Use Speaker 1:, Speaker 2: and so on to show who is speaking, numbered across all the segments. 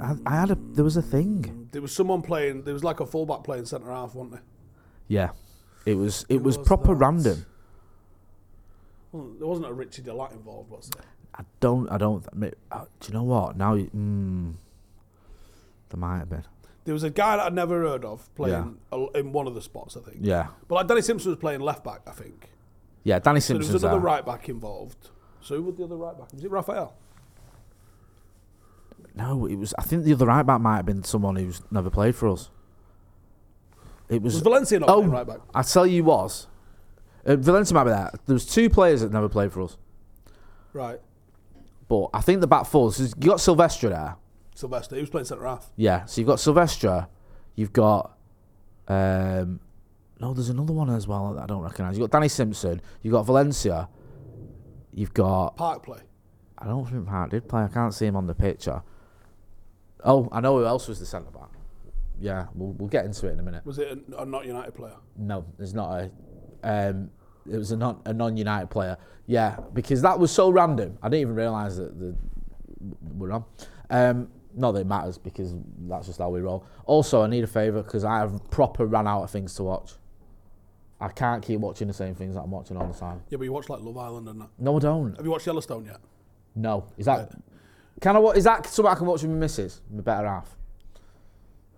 Speaker 1: I, I had a there was a thing.
Speaker 2: There was someone playing. There was like a fullback playing centre half, wasn't there?
Speaker 1: Yeah. It was it was,
Speaker 2: was
Speaker 1: proper
Speaker 2: that?
Speaker 1: random.
Speaker 2: Wasn't- There wasn't a Richie Delat involved, was there?
Speaker 1: I don't I don't admit, uh, do you know what? Now you- mm, there might have been.
Speaker 2: There was a guy that I'd never heard of playing a- in one of the spots, I think.
Speaker 1: Yeah.
Speaker 2: But like Danny Simpson was playing left back, I think.
Speaker 1: Yeah, Danny
Speaker 2: So there
Speaker 1: Simpson's
Speaker 2: was another
Speaker 1: there.
Speaker 2: right back involved. So who was the other right back? Was it Raphael?
Speaker 1: No, it was I think the other right back might have been someone who's never played for us. It was,
Speaker 2: Was Valencia not
Speaker 1: oh,
Speaker 2: playing right back?
Speaker 1: I tell you was. Uh, Valencia might be there. There was two players that never played for us.
Speaker 2: Right.
Speaker 1: But I think the back four, so you got Silvestre there.
Speaker 2: Sylvester. He was playing centre half.
Speaker 1: Yeah, so you've got Silvestre, you've got um no, there's another one as well that I don't recognise. You've got Danny Simpson, you've got Valencia, you've got
Speaker 2: Park play.
Speaker 1: I don't think Park did play, I can't see him on the picture. Oh, I know who else was the centre back. Yeah, we'll we'll get into it in a minute.
Speaker 2: Was it a, a not United player?
Speaker 1: No, there's not a um it was a non a non United player. Yeah, because that was so random. I didn't even realise that the we're on. Um, not that it matters because that's just how we roll. Also, I need a favour because I have proper ran out of things to watch. I can't keep watching the same things that I'm watching all the time.
Speaker 2: Yeah, but you watched like Love Island and that.
Speaker 1: No, I don't.
Speaker 2: Have you watched Yellowstone yet?
Speaker 1: No, is that can I? wa- Is that something I can watch with my missus, my better half?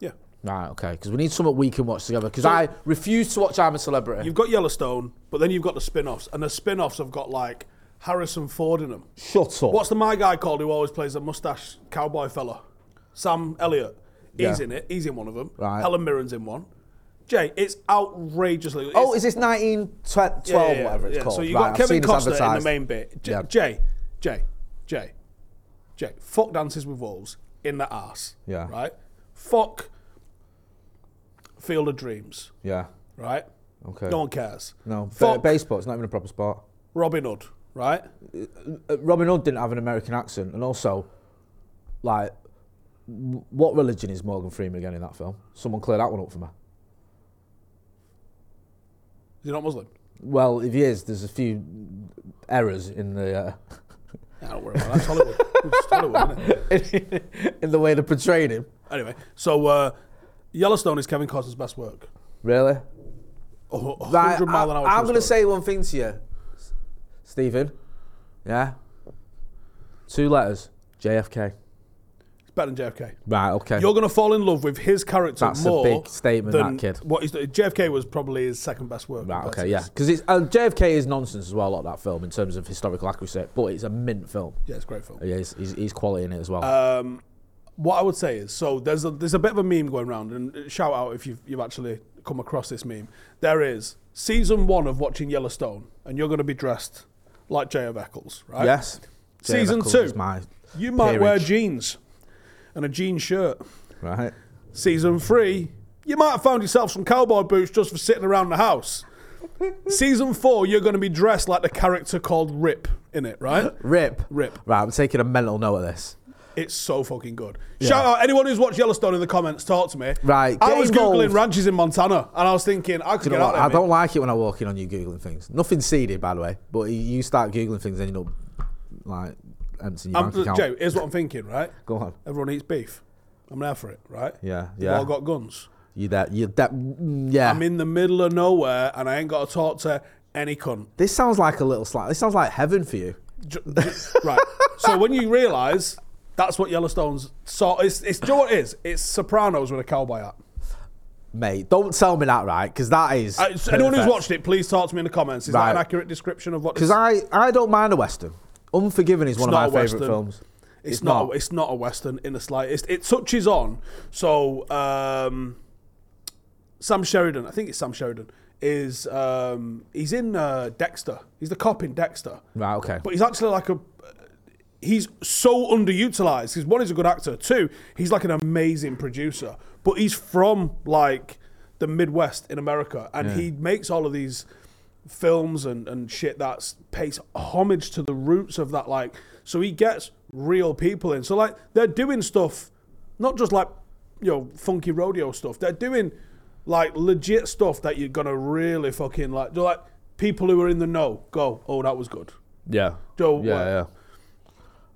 Speaker 2: Yeah.
Speaker 1: Right, okay. Because we need something we can watch together. Because I refuse to watch I'm a Celebrity.
Speaker 2: You've got Yellowstone, but then you've got the spin-offs, and the spin-offs have got like Harrison Ford in them.
Speaker 1: Shut up.
Speaker 2: What's the my guy called who always plays a mustache cowboy fella? Sam Elliott. He's
Speaker 1: Yeah.
Speaker 2: in it. He's in one of them.
Speaker 1: Right.
Speaker 2: Helen Mirren's in one. Jay, it's outrageously. It's,
Speaker 1: Oh, is this 1912,
Speaker 2: yeah, yeah, yeah,
Speaker 1: whatever it's
Speaker 2: yeah.
Speaker 1: called?
Speaker 2: So you
Speaker 1: Right,
Speaker 2: got
Speaker 1: I've
Speaker 2: Kevin
Speaker 1: seen this
Speaker 2: Costner in
Speaker 1: advertised.
Speaker 2: the main bit. J-
Speaker 1: Yeah.
Speaker 2: Jay, Jay, Jay, Jay. Fuck dances with wolves in the ass.
Speaker 1: Yeah.
Speaker 2: Right. Fuck. Field of Dreams.
Speaker 1: Yeah.
Speaker 2: Right.
Speaker 1: Okay.
Speaker 2: No one cares.
Speaker 1: No,
Speaker 2: Fuck
Speaker 1: baseball, it's not even a proper sport.
Speaker 2: Robin Hood. Right.
Speaker 1: Uh, Robin Hood didn't have an American accent, and also, like, w- what religion is Morgan Freeman again in that film? Someone clear that one up for me.
Speaker 2: You're not Muslim.
Speaker 1: Well, if he is, there's a few errors in the uh,
Speaker 2: Yeah, don't worry about that. It's Hollywood. it's Hollywood, isn't it?
Speaker 1: uh, in the way they portrayed him.
Speaker 2: Anyway, so uh, Yellowstone is Kevin Costner's best work.
Speaker 1: Really?
Speaker 2: Oh, a
Speaker 1: Right,
Speaker 2: 100
Speaker 1: I,
Speaker 2: mile an hour
Speaker 1: I'm
Speaker 2: truck
Speaker 1: going to
Speaker 2: story.
Speaker 1: say one thing to you, S- Stephen. Yeah. Two letters. JFK.
Speaker 2: it's better than JFK.
Speaker 1: Right. Okay.
Speaker 2: You're going to fall in love with his character
Speaker 1: That's a
Speaker 2: more.
Speaker 1: big statement,
Speaker 2: than
Speaker 1: that kid.
Speaker 2: What he's, JFK was probably his second best work.
Speaker 1: Right,
Speaker 2: compared to
Speaker 1: okay, yeah.
Speaker 2: this.
Speaker 1: Because it's um, JFK is nonsense as well, a lot of that film in terms of historical accuracy, but it's a mint film.
Speaker 2: Yeah, it's a great film.
Speaker 1: Yeah, he's, he's, he's quality in it as well.
Speaker 2: What I would say is, so there's a, there's a bit of a meme going around, and shout out if you've, you've actually come across this meme. There is season one of watching Yellowstone, and you're going to be dressed like J.F. Eccles, right?
Speaker 1: yes. J.F.
Speaker 2: Season
Speaker 1: Eccles
Speaker 2: two.
Speaker 1: is my
Speaker 2: You might wear
Speaker 1: peerage.
Speaker 2: jeans and a jean shirt.
Speaker 1: Right.
Speaker 2: Season three, you might have found yourself some cowboy boots just for sitting around the house. Season four, you're going to be dressed like the character called Rip in it, right?
Speaker 1: Rip.
Speaker 2: Rip.
Speaker 1: Right, I'm taking a mental note of this.
Speaker 2: It's so fucking good. Shout out anyone who's watched Yellowstone in the comments. Talk to me.
Speaker 1: Right,
Speaker 2: I
Speaker 1: get
Speaker 2: was
Speaker 1: involved.
Speaker 2: googling ranches in Montana, and I was thinking I
Speaker 1: Do you
Speaker 2: could get
Speaker 1: know
Speaker 2: out
Speaker 1: what?
Speaker 2: there.
Speaker 1: I
Speaker 2: mate.
Speaker 1: don't like it when I walk in on you googling things. Nothing seeded, by the way. But you- you start googling things, and you know, like emptying your
Speaker 2: I'm,
Speaker 1: bank account.
Speaker 2: Joe, here's what I'm thinking, right?
Speaker 1: Go on.
Speaker 2: Everyone eats beef. I'm there for it, right?
Speaker 1: Yeah,
Speaker 2: They've
Speaker 1: yeah.
Speaker 2: all got guns.
Speaker 1: You that you that mm, yeah.
Speaker 2: I'm in the middle of nowhere, and I ain't got to talk to any cunt.
Speaker 1: this sounds like a little slight. This sounds like heaven for you.
Speaker 2: J- j- right. So when you realise that's what Yellowstone's so it's it's do you know what it is? It's Sopranos with a cowboy hat.
Speaker 1: Mate, don't tell me that, right? Because that is.
Speaker 2: Uh, so anyone who's
Speaker 1: perfect.
Speaker 2: watched it, please talk to me in the comments. Is
Speaker 1: Right.
Speaker 2: that an accurate description of what?
Speaker 1: Because
Speaker 2: this-
Speaker 1: I, I don't mind a western. Unforgiven is one of
Speaker 2: not
Speaker 1: my
Speaker 2: a
Speaker 1: favourite
Speaker 2: western.
Speaker 1: films.
Speaker 2: it's, not, a- it's not a western in the slightest. It touches on so um, Sam Sheridan, I think it's Sam Sheridan, is um, he's in uh, Dexter. He's the cop in Dexter.
Speaker 1: Right, okay.
Speaker 2: But he's actually like a. He's so underutilized. Because one, he's a good actor. Two, he's like an amazing producer. But he's from like the Midwest in America, and he makes all of these films and, and shit that's pays homage to the roots of that. Like, so he gets real people in. So like they're doing stuff, not just like you know funky rodeo stuff. They're doing like legit stuff that you're gonna really fucking like. They're like people who are in the know go, oh that was good.
Speaker 1: Yeah.
Speaker 2: Don't
Speaker 1: yeah,
Speaker 2: worry.
Speaker 1: yeah.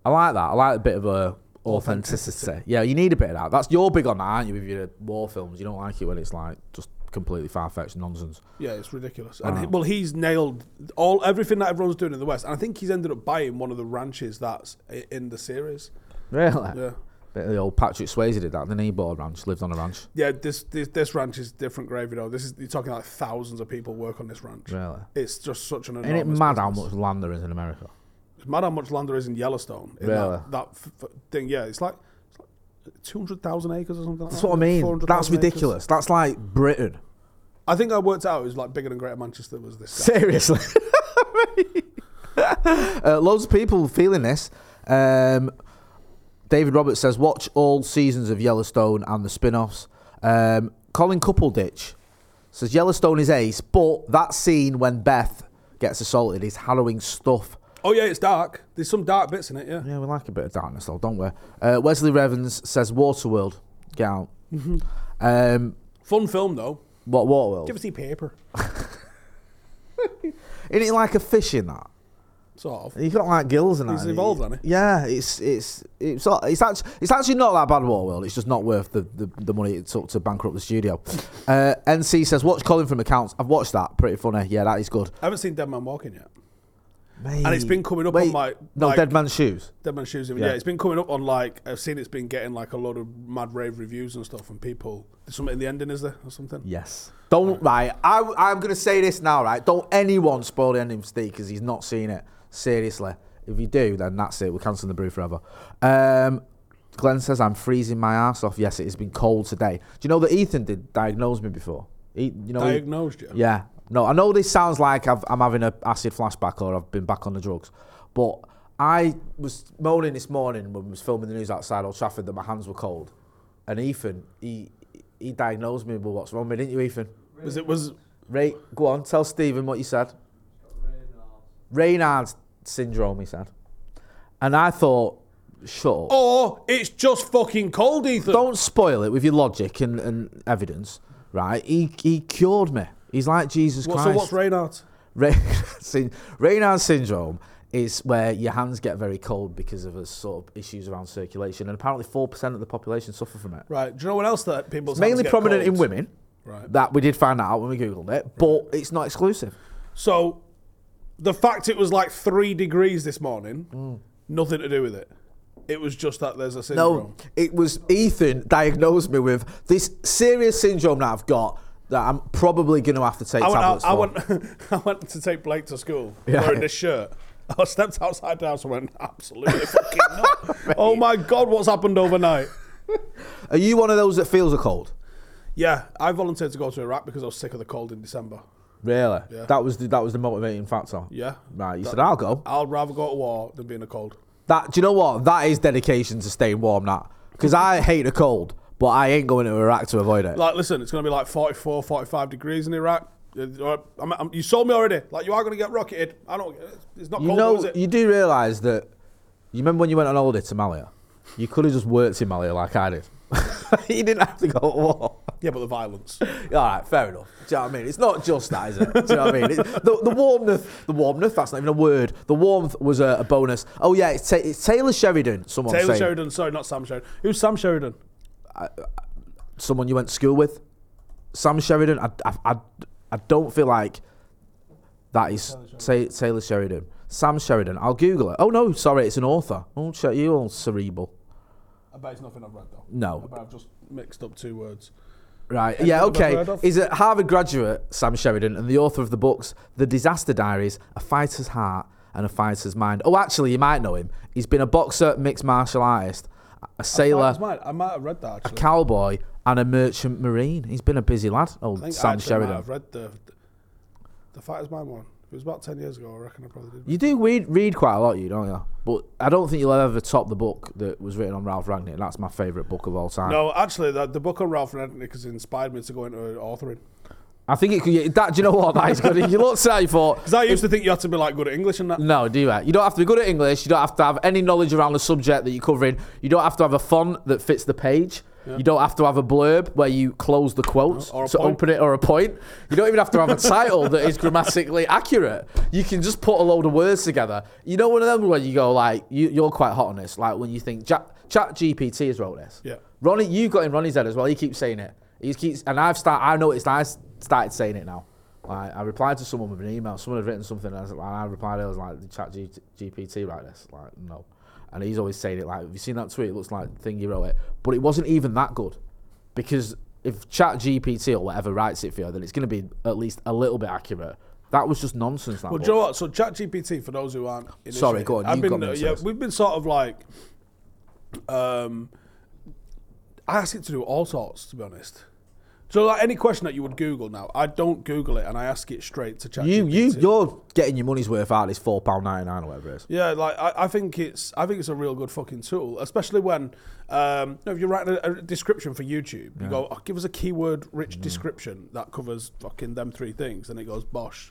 Speaker 1: I like that. I like a bit of a authenticity. Yeah, you need a bit of that. That's you're big on that, aren't you? With your war films, you don't like it when it's like just completely far fetched nonsense.
Speaker 2: Yeah, it's ridiculous. And he- well, he's nailed all everything that everyone's doing in the West, and I think he's ended up buying one of the ranches that's i- in the series.
Speaker 1: Really?
Speaker 2: Yeah,
Speaker 1: Bit of the old Patrick Swayze did that. Then he bought a ranch, lived on a ranch.
Speaker 2: yeah. This this, this ranch is different gravy though. This is you're talking like thousands of people work on this ranch.
Speaker 1: Really?
Speaker 2: It's just such an.
Speaker 1: Ain't it
Speaker 2: enormous
Speaker 1: mad how
Speaker 2: business. Oh,
Speaker 1: much land there is in America?
Speaker 2: It's mad how much land there is in Yellowstone. In
Speaker 1: Really?
Speaker 2: That, that f- f- thing, yeah. It's like, it's like two hundred thousand acres or something. Like
Speaker 1: That's
Speaker 2: that.
Speaker 1: what I mean.
Speaker 2: 400,000
Speaker 1: That's
Speaker 2: acres.
Speaker 1: ridiculous. That's like Britain.
Speaker 2: I think I worked out it was like bigger than Greater Manchester was this. guy.
Speaker 1: Seriously. uh, loads of people feeling this. Um, David Roberts says, watch all seasons of Yellowstone and the spin offs. Um, Colin Coupleditch says, Yellowstone is ace, but that scene when Beth gets assaulted is harrowing stuff.
Speaker 2: Oh yeah, it's dark. There's some dark bits in it. Yeah.
Speaker 1: Yeah, we like a bit of darkness, though, don't we? Uh, Wesley Revens says, Waterworld. Get out. um,
Speaker 2: Fun film though.
Speaker 1: what, Waterworld?
Speaker 2: Give us the paper.
Speaker 1: Isn't it like a fish in that?
Speaker 2: Sort of.
Speaker 1: He got like gills and
Speaker 2: He's
Speaker 1: that.
Speaker 2: evolved, hasn't he?
Speaker 1: Yeah, it's it's it's not- it's actually it's actually not that bad, Warworld. It's just not worth the, the, the money it took to bankrupt the studio. Uh, NC says, watch Colin from Accounts. I've watched that. Pretty funny. Yeah, that is good.
Speaker 2: I haven't seen Dead Man Walking yet.
Speaker 1: Mate,
Speaker 2: it's been coming up on my-
Speaker 1: no
Speaker 2: like-
Speaker 1: Dead Man's Shoes.
Speaker 2: Dead Man Shoes. Yeah.
Speaker 1: Yeah.
Speaker 2: yeah, it's been coming up on like I've seen it's been getting like a lot of mad rave reviews and stuff, and people. There's something in the ending, is there, or something?
Speaker 1: Yes. Don't right. I I'm gonna say this now, right? Don't anyone spoil the ending for Steve because he's not seen it. Seriously, if you do, then that's it. We're cancelling the brew forever. Um, Glenn says I'm freezing my ass off. Yes, it has been cold today. Do you know that Ethan did diagnose me before? He, you know, he-
Speaker 2: Diagnosed you?
Speaker 1: Yeah. No, I know this sounds like I've, I'm having a acid flashback or I've been back on the drugs, but I was moaning this morning when we was filming the news outside Old Trafford that my hands were cold, and Ethan he he diagnosed me with what's wrong with me, didn't you, Ethan?
Speaker 2: Was it was?
Speaker 1: Ray, go on, tell Stephen what you said. Raynaud's syndrome, he said, and I thought, shut up.
Speaker 2: Or oh, it's just fucking cold, Ethan.
Speaker 1: Don't spoil it with your logic and, and evidence, right? He he cured me. He's like Jesus
Speaker 2: What-
Speaker 1: Christ.
Speaker 2: so what's Reinhardt?
Speaker 1: Ray- syn- Raynaud's syndrome is where your hands get very cold because of a sort of issues around circulation, and apparently four percent of the population suffer from it.
Speaker 2: Right. Do you know what else that people?
Speaker 1: It's mainly prominent in women.
Speaker 2: Right.
Speaker 1: That we did find out when we googled it, but it's not exclusive.
Speaker 2: So, the fact it was like three degrees this morning, nothing to do with it. It was just that there's a syndrome.
Speaker 1: Mm. No, it was Ethan diagnosed me with this serious syndrome that I've got that I'm probably going to have to take
Speaker 2: I went,
Speaker 1: tablets
Speaker 2: out, I
Speaker 1: for.
Speaker 2: went, I went to take Blake to school
Speaker 1: Yeah.
Speaker 2: wearing this shirt. I stepped outside the house and went, absolutely fucking not. Oh my God, what's happened overnight?
Speaker 1: Are you one of those that feels a cold?
Speaker 2: Yeah, I volunteered to go to Iraq because I was sick of the cold in December.
Speaker 1: Really? That was the, that was the motivating factor.
Speaker 2: Yeah.
Speaker 1: Right. You
Speaker 2: That-
Speaker 1: said I'll go.
Speaker 2: I'd rather go to war than be in the cold.
Speaker 1: That do you know what? That is dedication to staying warm. That because I hate the cold, but I ain't going to Iraq to avoid it.
Speaker 2: Like, listen, it's going to be like 44, 45 degrees in Iraq. Uh, all right, I'm, I'm, you sold me already. Like you are going to get rocketed. I don't. It's not
Speaker 1: You
Speaker 2: cold,
Speaker 1: know,
Speaker 2: is it?
Speaker 1: you do realise that. You remember when you went on holiday to Malia? You could have just worked in Malia like I did. you didn't have to go to war.
Speaker 2: yeah, but the violence.
Speaker 1: All right, fair enough. Do you know what I mean? It's not just that, is it? Do you know what I mean? It's, the, the warmth, the warmth. That's not even a word. The warmth was a, a bonus. Oh yeah, it's, ta- it's Taylor Sheridan. Someone
Speaker 2: Taylor
Speaker 1: saying,
Speaker 2: Sheridan. Sorry, not Sam Sheridan. Who's Sam Sheridan?
Speaker 1: someone you went to school with, Sam Sheridan. I, I, I, I don't feel like that is Taylor, Taylor Sheridan. Sam Sheridan. I'll Google it. Oh no, sorry, it's an author. Oh, shit, you all cerebral.
Speaker 2: I bet it's nothing I've read though.
Speaker 1: No.
Speaker 2: I bet I've just mixed up two words.
Speaker 1: Right. Yeah,
Speaker 2: I've
Speaker 1: okay.
Speaker 2: heard of.
Speaker 1: He's a Harvard graduate, Sam Sheridan, and the author of the books The Disaster Diaries, A Fighter's Heart and A Fighter's Mind. Oh, actually, you might know him. He's been a boxer, mixed martial artist, a sailor,
Speaker 2: That's mine. I might have read that actually.
Speaker 1: cowboy, and a merchant marine. He's been a busy lad,
Speaker 2: I
Speaker 1: old
Speaker 2: think I
Speaker 1: Sam
Speaker 2: actually Might
Speaker 1: Sheridan.
Speaker 2: have read the the Fighter's Mind one. It was about ten years ago. I reckon I probably did.
Speaker 1: You do read, read quite a lot, you don't you? But I don't think you'll ever top the book that was written on Ralph Ragnick. That's my favourite book of all time.
Speaker 2: No, actually, the, the book on Ralph Rednick has inspired me to go into authoring.
Speaker 1: I think it could. That, do you know what? That is good. you looked at it, you thought,
Speaker 2: Because I used to think you had to be like good at English and that.
Speaker 1: No, do that. You don't have to be good at English. You don't have to have any knowledge around the subject that you're covering. You don't have to have a font that fits the page. You don't have to have a blurb where you close the quotes
Speaker 2: Or a
Speaker 1: to
Speaker 2: point.
Speaker 1: open it or a point. You don't even have to have a title that is grammatically accurate. You can just put a load of words together. You know, one of them where you go like, you, you're quite hot on this. Like when you think Chat, Chat GPT has wrote this.
Speaker 2: Yeah.
Speaker 1: Ronnie, you got in Ronnie's head as well. He keeps saying it. He keeps, and I've start. I noticed. I s- started saying it now. Like, I replied to someone with an email. Someone had written something, and I, was, and I replied. I was like, "The Chat G- GPT write this?" Like, no. And he's always saying it. Like, have you seen that tweet? It looks like the thing you wrote it, but it wasn't even that good, because if Chat GPT or whatever writes it for you, then it's going to be at least a little bit accurate. That was just nonsense. That
Speaker 2: Well,
Speaker 1: book.
Speaker 2: do you know what? So ChatGPT, for those who aren't, initiated,
Speaker 1: Sorry, go on,
Speaker 2: I've
Speaker 1: you
Speaker 2: been, uh,
Speaker 1: got me into
Speaker 2: yeah,
Speaker 1: this.
Speaker 2: we've been sort of like, um, I ask it to do all sorts, to be honest. So like any question that you would Google now, I don't Google it and I ask it straight to ChatGPT.
Speaker 1: you you you're getting your money's worth out of this four pound ninety nine or whatever it is.
Speaker 2: Yeah, like I, I think it's I think it's a real good fucking tool, especially when um, you know, if you're writing a, a description for YouTube, you go oh, give us a keyword
Speaker 1: Mm-hmm.
Speaker 2: rich description that covers fucking them three things, and it goes bosh.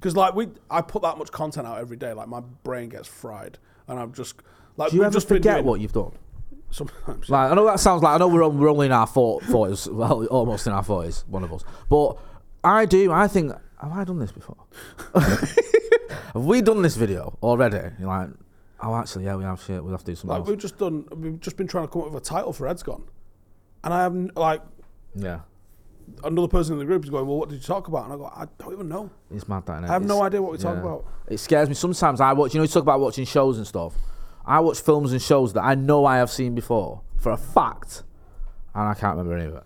Speaker 2: Because like we, I put that much content out every day, like my brain gets fried, and I'm just like
Speaker 1: Do you
Speaker 2: we've
Speaker 1: ever
Speaker 2: just been
Speaker 1: forget
Speaker 2: doing-
Speaker 1: what you've done?
Speaker 2: sometimes.
Speaker 1: Like I know that sounds like I know we're, on, we're only in our fort- forties, well, almost in our forties, one of us. But I do. I think have I done this before? have we done this video already? You're like, oh, actually, yeah, we have. Shit, we'll have to do something
Speaker 2: like we've
Speaker 1: else.
Speaker 2: just done, we've just been trying to come up with a title for Ed's gone, and I haven't like
Speaker 1: Yeah,
Speaker 2: another person in the group is going, well, what did you talk about? And I go, I don't even know.
Speaker 1: it's mad that. innit?
Speaker 2: I have no
Speaker 1: It's-
Speaker 2: idea what we're talking about.
Speaker 1: It scares me. Sometimes I watch. You know, you talk about watching shows and stuff. I watch films and shows that I know I have seen before for a fact, and I can't remember any of it.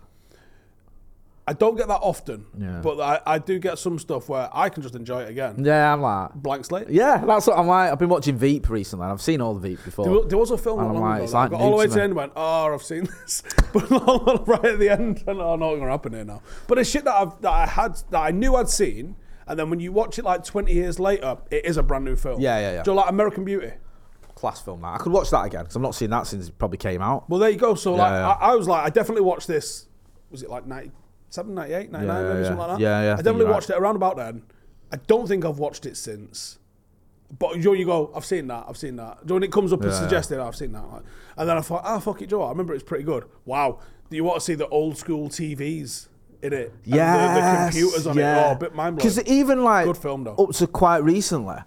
Speaker 2: I don't get that often,
Speaker 1: Yeah.
Speaker 2: but I, I do get some stuff where I can just enjoy it again.
Speaker 1: Yeah, I'm like,
Speaker 2: Blank slate.
Speaker 1: yeah, that's what I'm like. I've been watching Veep recently. and I've seen all the Veep before.
Speaker 2: There, wa- there was a film
Speaker 1: I
Speaker 2: not
Speaker 1: don't
Speaker 2: long
Speaker 1: like-
Speaker 2: ago.
Speaker 1: it's
Speaker 2: that I
Speaker 1: like
Speaker 2: got all the way
Speaker 1: nudes,
Speaker 2: to the end, and went, oh, I've seen this, but not right at the end, and I know it's gonna happen here now. But it's shit that I've that I had that I knew I'd seen, and then when you watch it like 20 years later, it is a brand new film.
Speaker 1: Yeah, yeah, yeah.
Speaker 2: Do you know, like American Beauty?
Speaker 1: class film that. I could watch that again because I've not seen that since it probably came out.
Speaker 2: Well, there you go. So like,
Speaker 1: yeah.
Speaker 2: I, I was like, I definitely watched this. Was it like 97, 98, 99,
Speaker 1: Yeah,
Speaker 2: maybe
Speaker 1: yeah,
Speaker 2: something like that?
Speaker 1: yeah. Yeah, yeah, I
Speaker 2: I
Speaker 1: think
Speaker 2: definitely
Speaker 1: you're
Speaker 2: watched it around about then. I don't think I've watched it since. But you, know, you go, I've seen that, I've seen that. Do you know, When it comes up and
Speaker 1: Yeah, yeah.
Speaker 2: suggested, I've seen that. like. and then I thought, ah, fuck it, Joe. I remember it's pretty good. Wow. Do you want to see the old school TVs in it? And the-
Speaker 1: Yes,
Speaker 2: The, computers on
Speaker 1: yeah.
Speaker 2: it. Oh, a bit mind blowing.
Speaker 1: Because even like oh,
Speaker 2: Good film, though.
Speaker 1: up to quite recently,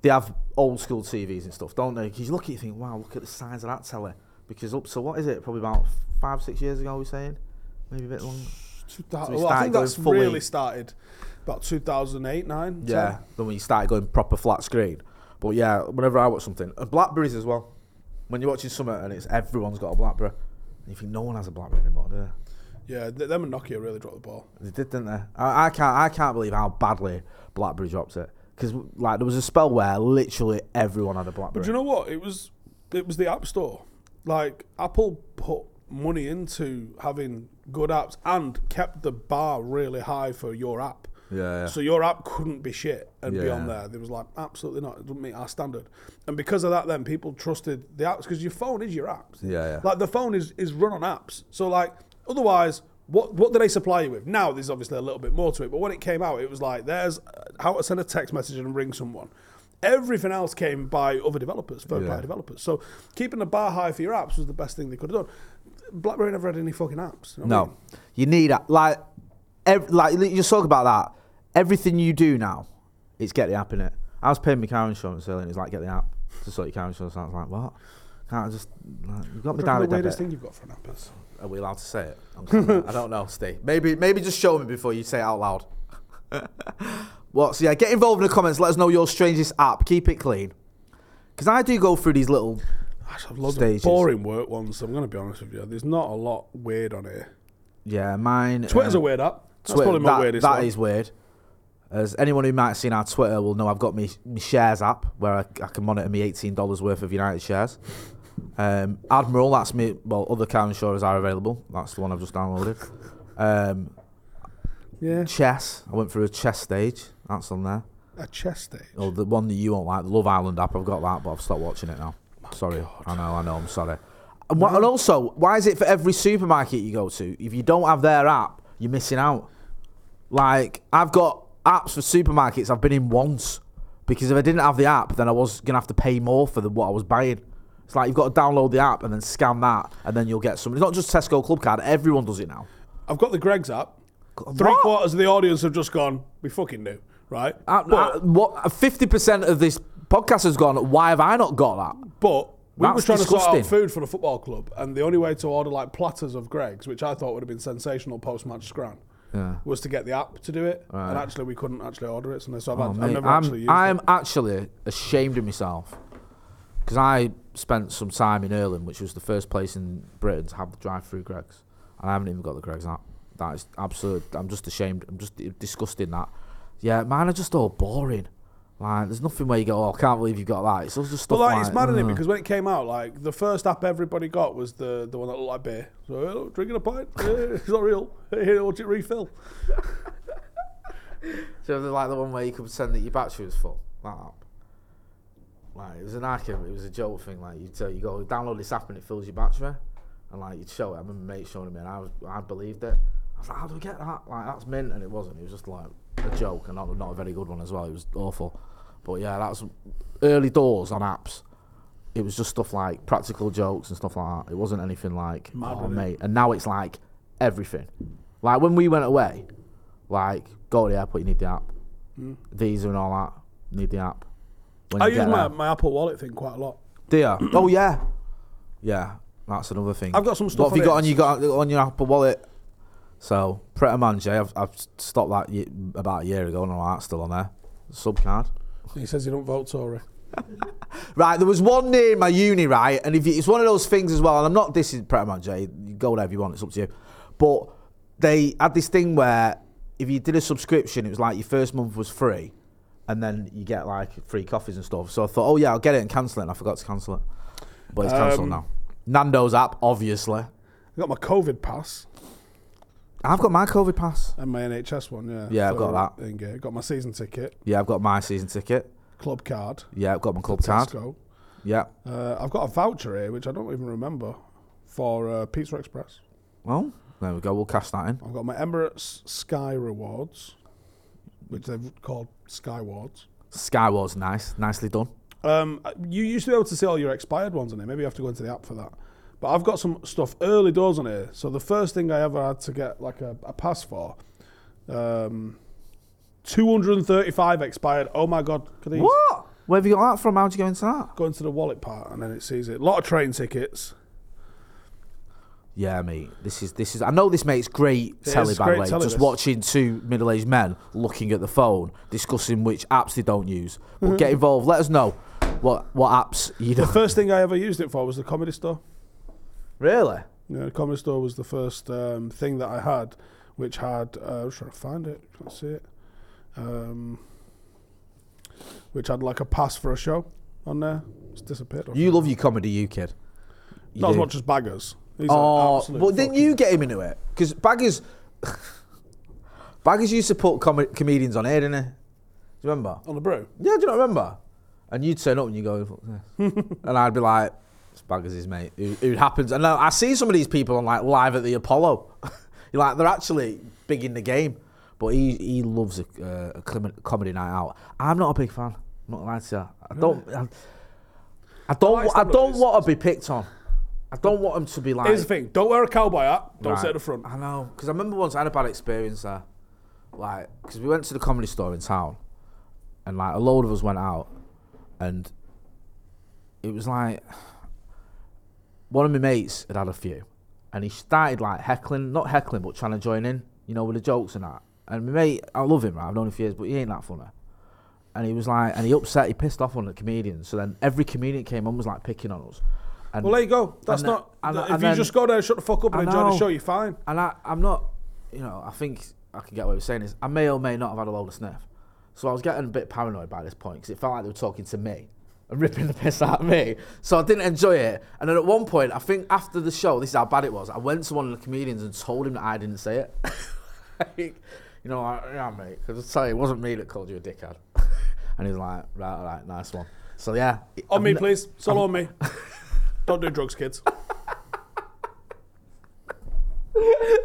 Speaker 1: they have old school TVs and stuff, don't they? Because you look at it, you think, wow, look at the size of that telly. Because up to what is it? Probably about five, six years ago. We're saying, maybe a bit longer.
Speaker 2: That-
Speaker 1: we
Speaker 2: well, I
Speaker 1: started
Speaker 2: think
Speaker 1: going
Speaker 2: that's
Speaker 1: fully-
Speaker 2: really started about 2008, 9,
Speaker 1: Yeah. Then when you started going proper flat screen. But yeah, whenever I watch something, uh, Blackberries as well. When you're watching something and it's everyone's got a Blackberry, and you think no one has a Blackberry anymore, do they?
Speaker 2: Yeah, th- them and Nokia really dropped the ball.
Speaker 1: They did, didn't they? I, I can't. I can't believe how badly BlackBerry dropped it. Because like there was a spell where literally everyone had a BlackBerry.
Speaker 2: But you know what? It was it was the App Store. Like Apple put money into having good apps and kept the bar really high for your app.
Speaker 1: Yeah, yeah.
Speaker 2: So your app couldn't be shit and be on
Speaker 1: Yeah.
Speaker 2: there. There was like absolutely not. It doesn't meet our standard. And because of that, then people trusted the apps because your phone is your apps.
Speaker 1: Yeah, yeah.
Speaker 2: Like the phone is is run on apps. So like otherwise. What, what do they supply you with? Now there's obviously a little bit more to it, but when it came out, it was like there's uh, how to send a text message and ring someone. Everything else came by other developers, third
Speaker 1: Yeah.
Speaker 2: party developers. So keeping the bar high for your apps was the best thing they could have done. BlackBerry never had any fucking apps. you know what I
Speaker 1: No, you need a- like, ev- like you just talk about that. Everything you do now, it's get the app in it. I was paying my car insurance earlier, and it's like get the app to sort your car insurance. out. I was like, what? Can't I just? Like, you've got me
Speaker 2: mean? Reckon
Speaker 1: down
Speaker 2: the
Speaker 1: debit.
Speaker 2: weirdest thing you've got for an app is.
Speaker 1: Are we allowed to say it? I'm sorry. I don't know, Steve. Maybe, maybe just show me before you say it out loud. well, so yeah, get involved in the comments. Let us know your strangest app. Keep it clean, because I do go through these little.
Speaker 2: I just have loads
Speaker 1: Stages.
Speaker 2: of boring work ones. I'm going to be honest with you. There's not a lot weird on here.
Speaker 1: Yeah, mine.
Speaker 2: Twitter's
Speaker 1: uh,
Speaker 2: a weird app. That's
Speaker 1: Twitter,
Speaker 2: probably my
Speaker 1: that-
Speaker 2: weirdest.
Speaker 1: that
Speaker 2: one.
Speaker 1: is weird. As anyone who might have seen our Twitter will know, I've got my, my shares app where I, I can monitor me eighteen dollars worth of United shares. Um, Admiral, that's me. Well, other car insurers are available. That's the one I've just downloaded. Um,
Speaker 2: yeah.
Speaker 1: chess. I went through a chess stage. That's on there.
Speaker 2: A chest stage.
Speaker 1: Or the one that you won't like, the Love Island app. I've got that, but I've stopped watching it now. sorry, I know, I know. I'm sorry. And, wha- and also, why is it for every supermarket you go to? If you don't have their app, you're missing out. Like I've got apps for supermarkets. I've been in once because if I didn't have the app, then I was gonna have to pay more for the, what I was buying. It's like you've got to download the app and then scan that, and then you'll get some. It's not just Tesco Club Card. Everyone does it now.
Speaker 2: I've got the Greg's app.
Speaker 1: What?
Speaker 2: Three quarters of the audience have just gone, we fucking knew, right?
Speaker 1: Uh,
Speaker 2: but,
Speaker 1: uh, what? Fifty percent of this podcast has gone. Why have I not got that?
Speaker 2: but we were
Speaker 1: That's
Speaker 2: trying to
Speaker 1: disgusting.
Speaker 2: sort out food for the football club, and the only way to order like platters of Greg's, which I thought would have been sensational post match scran, was to get the app to do it. And actually, we couldn't actually order it. So I've,
Speaker 1: Oh,
Speaker 2: had,
Speaker 1: mate,
Speaker 2: I've never
Speaker 1: I'm,
Speaker 2: actually used
Speaker 1: I'm
Speaker 2: it.
Speaker 1: actually ashamed of myself because I spent some time in Erlin, which was the first place in Britain to have the drive-through Greg's, and I haven't even got the Greg's app. That is absolute. I'm just ashamed. I'm just disgusting that. Yeah, mine are just all boring. Like, there's nothing where you go, oh, I can't believe you got that. It's all just stuff
Speaker 2: But like,
Speaker 1: like, uh.
Speaker 2: it's mad, isn't it?
Speaker 1: ugh.
Speaker 2: Because when it came out, like the first app everybody got was the the one that looked like beer. So "Oh, drinking a pint, Eh, it's not real. Here, watch it refill.
Speaker 1: Do you ever like the one where you could pretend that your battery was full? That app. Like it was an archive, it was a joke thing. Like you tell you go download this app and it fills your battery, and like you'd show it. I remember mate showing it me, and I was I believed it. I was like, how do we get that? Like that's mint, and it wasn't. It was just like a joke and not not a very good one as well. It was awful. But yeah, that was early doors on apps. It was just stuff like practical jokes and stuff like that. It wasn't anything like oh, mate. And now it's like everything. Like when we went away, like go to the airport, you need the app. These and all that, need the app. When
Speaker 2: I
Speaker 1: you
Speaker 2: use
Speaker 1: get
Speaker 2: Oh, my,
Speaker 1: there-
Speaker 2: my Apple Wallet thing quite a lot.
Speaker 1: do you? oh yeah, yeah. That's another thing.
Speaker 2: I've got some stuff
Speaker 1: What have you
Speaker 2: on
Speaker 1: got on you
Speaker 2: it.
Speaker 1: got on your Apple Wallet? So Pret a Manger, I've I've stopped that ye- about a year ago, and all that's still on there. Sub card.
Speaker 2: He says he don't vote Tory.
Speaker 1: Right, there was one near my uni, right? And if you, it's one of those things as well, and I'm not dissing Pret a Manger, you go wherever you want, it's up to you. But they had this thing where if you did a subscription, it was like your first month was free, and then you get like free coffees and stuff. So I thought, oh yeah, I'll get it and cancel it, and I forgot to cancel it. But it's cancelled now. Nando's app, obviously.
Speaker 2: I got my COVID pass
Speaker 1: I've got my COVID pass.
Speaker 2: and my NHS one. Yeah,
Speaker 1: Yeah, I've got that.
Speaker 2: Thing, yeah. Got my season ticket,
Speaker 1: Yeah, I've got my season ticket.
Speaker 2: club card,
Speaker 1: Yeah, I've got my club card.
Speaker 2: Tesco.
Speaker 1: Yeah.
Speaker 2: Uh, I've got a voucher here, which I don't even remember, for uh, Pizza Express.
Speaker 1: Well, there we go. We'll cash that in.
Speaker 2: I've got my Emirates Sky Rewards, which they've called Skywards.
Speaker 1: Skywards, nice. Nicely done.
Speaker 2: Um, you used to be able to see all your expired ones on here. Maybe you have to go into the app for that. But I've got some stuff early doors on here. So the first thing I ever had to get like a, a pass for, um, 235 expired. Oh my god! Could these
Speaker 1: What? Where have you got that from? How'd you go into that?
Speaker 2: Go into the wallet part and then it sees it. A lot of train tickets.
Speaker 1: Yeah, mate. This is this is. I know this makes great telly,
Speaker 2: is
Speaker 1: by
Speaker 2: great
Speaker 1: the way.
Speaker 2: telly,
Speaker 1: Just
Speaker 2: this.
Speaker 1: watching two middle-aged men looking at the phone, discussing which apps they don't use. But get involved. Let us know what what apps you
Speaker 2: Mm-hmm. The
Speaker 1: don't.
Speaker 2: first thing I ever used it for was the comedy store.
Speaker 1: Really?
Speaker 2: Yeah, the comedy store was the first um, thing that I had, which had. Uh, I was trying to find it. Can't see it. Um, which had like a pass for a show on there. It's disappeared. off.
Speaker 1: You love your comedy, you kid. You
Speaker 2: not as
Speaker 1: do.
Speaker 2: much as baggers. These are
Speaker 1: Oh,
Speaker 2: absolute
Speaker 1: but didn't
Speaker 2: fucking-
Speaker 1: you get him into it? Because Baggers, Baggers used to put com- comedians on air, didn't he? Do you remember?
Speaker 2: on the brew?
Speaker 1: Yeah, do you not remember? And you'd turn up and you go, "Fuck this." and I'd be like, it's Baggers' his mate. Who, who happens? And now I see some of these people on like live at the Apollo. You're like, they're actually big in the game, but he he loves a, uh, a com- comedy night out. I'm not a big fan. I'm not lying to you. I don't. I, I don't.
Speaker 2: like
Speaker 1: I
Speaker 2: stand-up
Speaker 1: don't
Speaker 2: is-
Speaker 1: want to be picked on. I don't want him to be like.
Speaker 2: Here's the thing: don't wear a cowboy hat. Don't
Speaker 1: Right.
Speaker 2: sit at the front.
Speaker 1: I know, because I remember once I had a bad experience there. Like, because we went to the comedy store in town, and like a load of us went out, and it was like one of my mates had had a few, and he started like heckling, not heckling, but trying to join in, you know, with the jokes and that. And my mate, I love him, right? I've known him for years, but he ain't that funny. And he was like, and he upset, he pissed off on the comedians. So then every comedian came on was like picking on us. And
Speaker 2: Well, there you go. That's
Speaker 1: and then-
Speaker 2: not.
Speaker 1: and-
Speaker 2: th- if
Speaker 1: and
Speaker 2: you
Speaker 1: then-
Speaker 2: just go there, shut the fuck up,
Speaker 1: I
Speaker 2: and enjoy the
Speaker 1: know.
Speaker 2: show, you're fine.
Speaker 1: and I, I'm not, you know, I think I can get away with saying this. I may or may not have had a load of sniff. So I was getting a bit paranoid by this point because it felt like they were talking to me and ripping the piss out of me. So I didn't enjoy it. And then at one point, I think after the show, this is how bad it was. I went to one of the comedians and told him that I didn't say it. like, you know, I, yeah, mate, because I tell you, it wasn't me that called you a dickhead. and he was like, right, all right, nice one. So yeah.
Speaker 2: On me,
Speaker 1: I've ne-
Speaker 2: please. It's all on me. Don't do drugs, kids.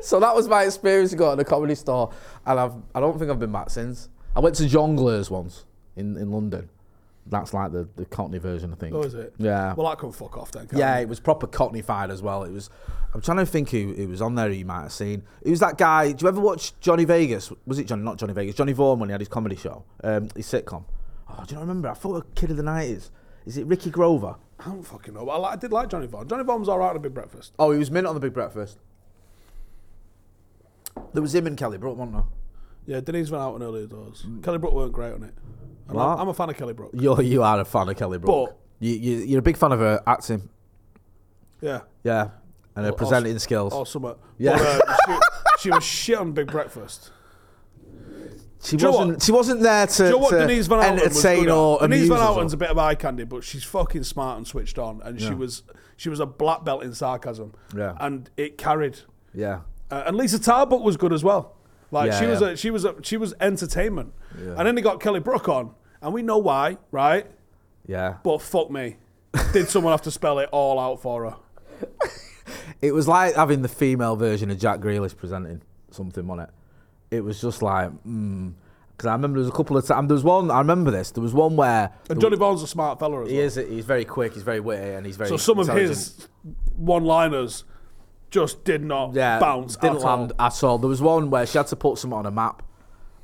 Speaker 1: So that was my experience of going to the comedy store, and I've I don't think I've been back since. I went to Jongleurs once in, in London. That's like the, the Cockney version, I think.
Speaker 2: Oh, is it?
Speaker 1: Yeah.
Speaker 2: Well, that can fuck off then. can't
Speaker 1: yeah,
Speaker 2: it?
Speaker 1: it was proper Cockney fired as well. It was. I'm trying to think who, who was on there. Who you might have seen. It was that guy. Do you ever watch Johnny Vegas? Was it Johnny? Not Johnny Vegas. Johnny Vaughan when he had his comedy show, um, his sitcom. Oh, do you not remember? I thought a kid of the nineties. Is it Ricky Grover?
Speaker 2: I don't fucking know. But I, li- I did like Johnny Vaughan. Johnny Vaughan was all right on a big breakfast.
Speaker 1: Oh, he was mint on the Big Breakfast. There was him and Kelly Brook, wasn't there?
Speaker 2: Yeah, Denise went out on earlier doors. Kelly Brook weren't great on it.
Speaker 1: Mm.
Speaker 2: And
Speaker 1: What?
Speaker 2: I'm, I'm a fan of Kelly Brook.
Speaker 1: You're you are a fan of Kelly Brook.
Speaker 2: But-
Speaker 1: you, you you're a big fan of her acting,
Speaker 2: Yeah.
Speaker 1: yeah, and her
Speaker 2: Or-
Speaker 1: presenting
Speaker 2: or, s-
Speaker 1: skills.
Speaker 2: Or summer.
Speaker 1: Yeah.
Speaker 2: But, uh, she, she was shit on Big Breakfast.
Speaker 1: she
Speaker 2: do you know
Speaker 1: wasn't
Speaker 2: what?
Speaker 1: she wasn't there to,
Speaker 2: Do you know what
Speaker 1: to
Speaker 2: Denise Van Outen was
Speaker 1: entertain
Speaker 2: good at?
Speaker 1: or
Speaker 2: Denise
Speaker 1: amuse
Speaker 2: Van
Speaker 1: us
Speaker 2: Outen's a
Speaker 1: all.
Speaker 2: bit of eye candy, but she's fucking smart and switched on. And she was she was a black belt in sarcasm.
Speaker 1: Yeah.
Speaker 2: And it carried.
Speaker 1: yeah.
Speaker 2: Uh, and Lisa Tarbuck was good as well. Like
Speaker 1: Yeah,
Speaker 2: she was
Speaker 1: yeah.
Speaker 2: a she was a she was entertainment. And then they got Kelly Brook on, and we know why, right?
Speaker 1: Yeah,
Speaker 2: But fuck me, did someone have to spell it all out for her?
Speaker 1: it was like having the female version of Jack Grealish presenting something on it. It was just like, because I remember there was a couple of times. There was one I remember this. There was one where
Speaker 2: And Johnny Vaughan's a smart fella as
Speaker 1: he
Speaker 2: well.
Speaker 1: is he's very quick, he's very witty, and he's very
Speaker 2: So some of
Speaker 1: intelligent.
Speaker 2: his one-liners just did not
Speaker 1: yeah,
Speaker 2: bounce.
Speaker 1: Didn't
Speaker 2: at
Speaker 1: land
Speaker 2: All.
Speaker 1: at all. There was one where she had to put something on a map,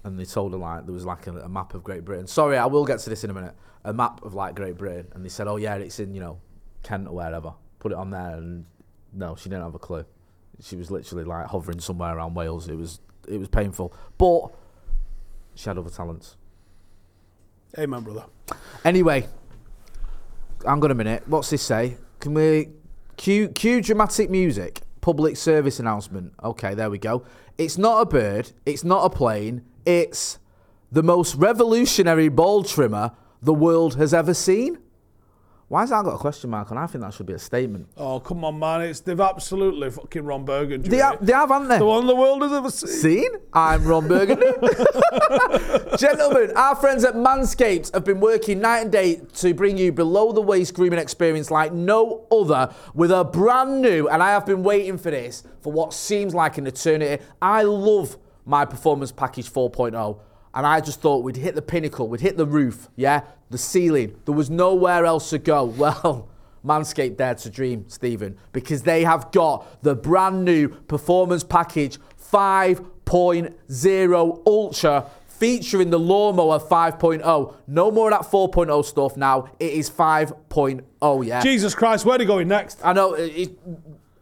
Speaker 1: and they told her like there was like a, a map of Great Britain. Sorry, I will get to this in a minute. A map of like Great Britain, and they said, "Oh yeah, it's in you know Kent or wherever." Put it on there, and no, she didn't have a clue. She was literally like hovering somewhere around Wales. It was it was painful, but she had other talents.
Speaker 2: Amen, brother.
Speaker 1: Anyway, hang on a minute. What's this say? Can we cue cue dramatic music? Public service announcement. Okay, there we go. It's not a bird. It's not a plane. It's the most revolutionary ball trimmer the world has ever seen. Why has that got a question mark on? I think that should be a statement.
Speaker 2: Oh come on, man! It's they've absolutely fucking Ron Burgundy.
Speaker 1: They have, they have, haven't they?
Speaker 2: the one the world has ever seen.
Speaker 1: Seen? I'm Ron Burgundy. Gentlemen, our friends at Manscaped have been working night and day to bring you below the waist grooming experience like no other with a brand new, and I have been waiting for this for what seems like an eternity. I love my Performance Package 4.0, and I just thought we'd hit the pinnacle, we'd hit the roof, yeah, the ceiling. There was nowhere else to go. Well, Manscaped dared to dream, Stephen, because they have got the brand new Performance Package 5.0 Ultra featuring the lawnmower 5.0. No more of that 4.0 stuff now. It is 5.0, yeah.
Speaker 2: Jesus Christ, where are they going next?
Speaker 1: I know. It, it,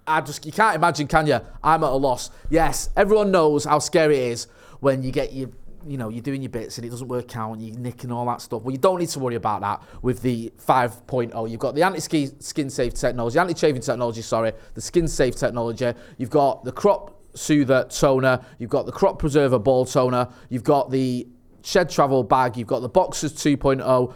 Speaker 1: I just you can't imagine, can you? I'm at a loss. Yes, everyone knows how scary it is when you get your you know, you're doing your bits and it doesn't work out and you nick and all that stuff. Well, you don't need to worry about that with the 5.0. You've got the anti skin safe technology, anti shaving technology, sorry, the skin safe technology. You've got the crop soother toner, you've got the crop preserver ball toner, you've got the shed travel bag, you've got the boxers 2.0.
Speaker 2: you
Speaker 1: All
Speaker 2: what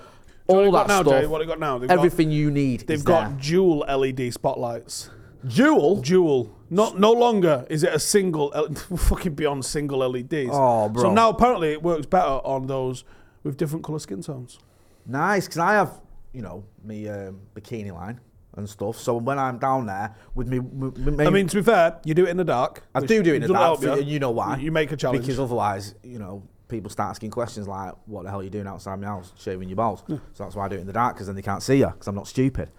Speaker 1: that
Speaker 2: they've got now,
Speaker 1: stuff.
Speaker 2: Jay? What they got now? They've got-
Speaker 1: everything you need.
Speaker 2: They've
Speaker 1: is
Speaker 2: got
Speaker 1: there.
Speaker 2: dual LED spotlights.
Speaker 1: Jewel.
Speaker 2: Dual. Not no longer is it a single L- fucking beyond single LEDs.
Speaker 1: Oh,
Speaker 2: So
Speaker 1: bro.
Speaker 2: now apparently it works better on those with different color skin tones.
Speaker 1: Nice, because I have, you know, me um, bikini line and stuff. So when I'm down there with me, with me
Speaker 2: I mean, to be fair, you do it in the dark.
Speaker 1: I
Speaker 2: which
Speaker 1: do do it in the
Speaker 2: doesn't
Speaker 1: dark,
Speaker 2: help
Speaker 1: and you know why?
Speaker 2: You make a challenge.
Speaker 1: because otherwise, you know, people start asking questions like, "What the hell are you doing outside my house, shaving your balls?" So that's why I do it in the dark because then they can't see you because I'm not stupid.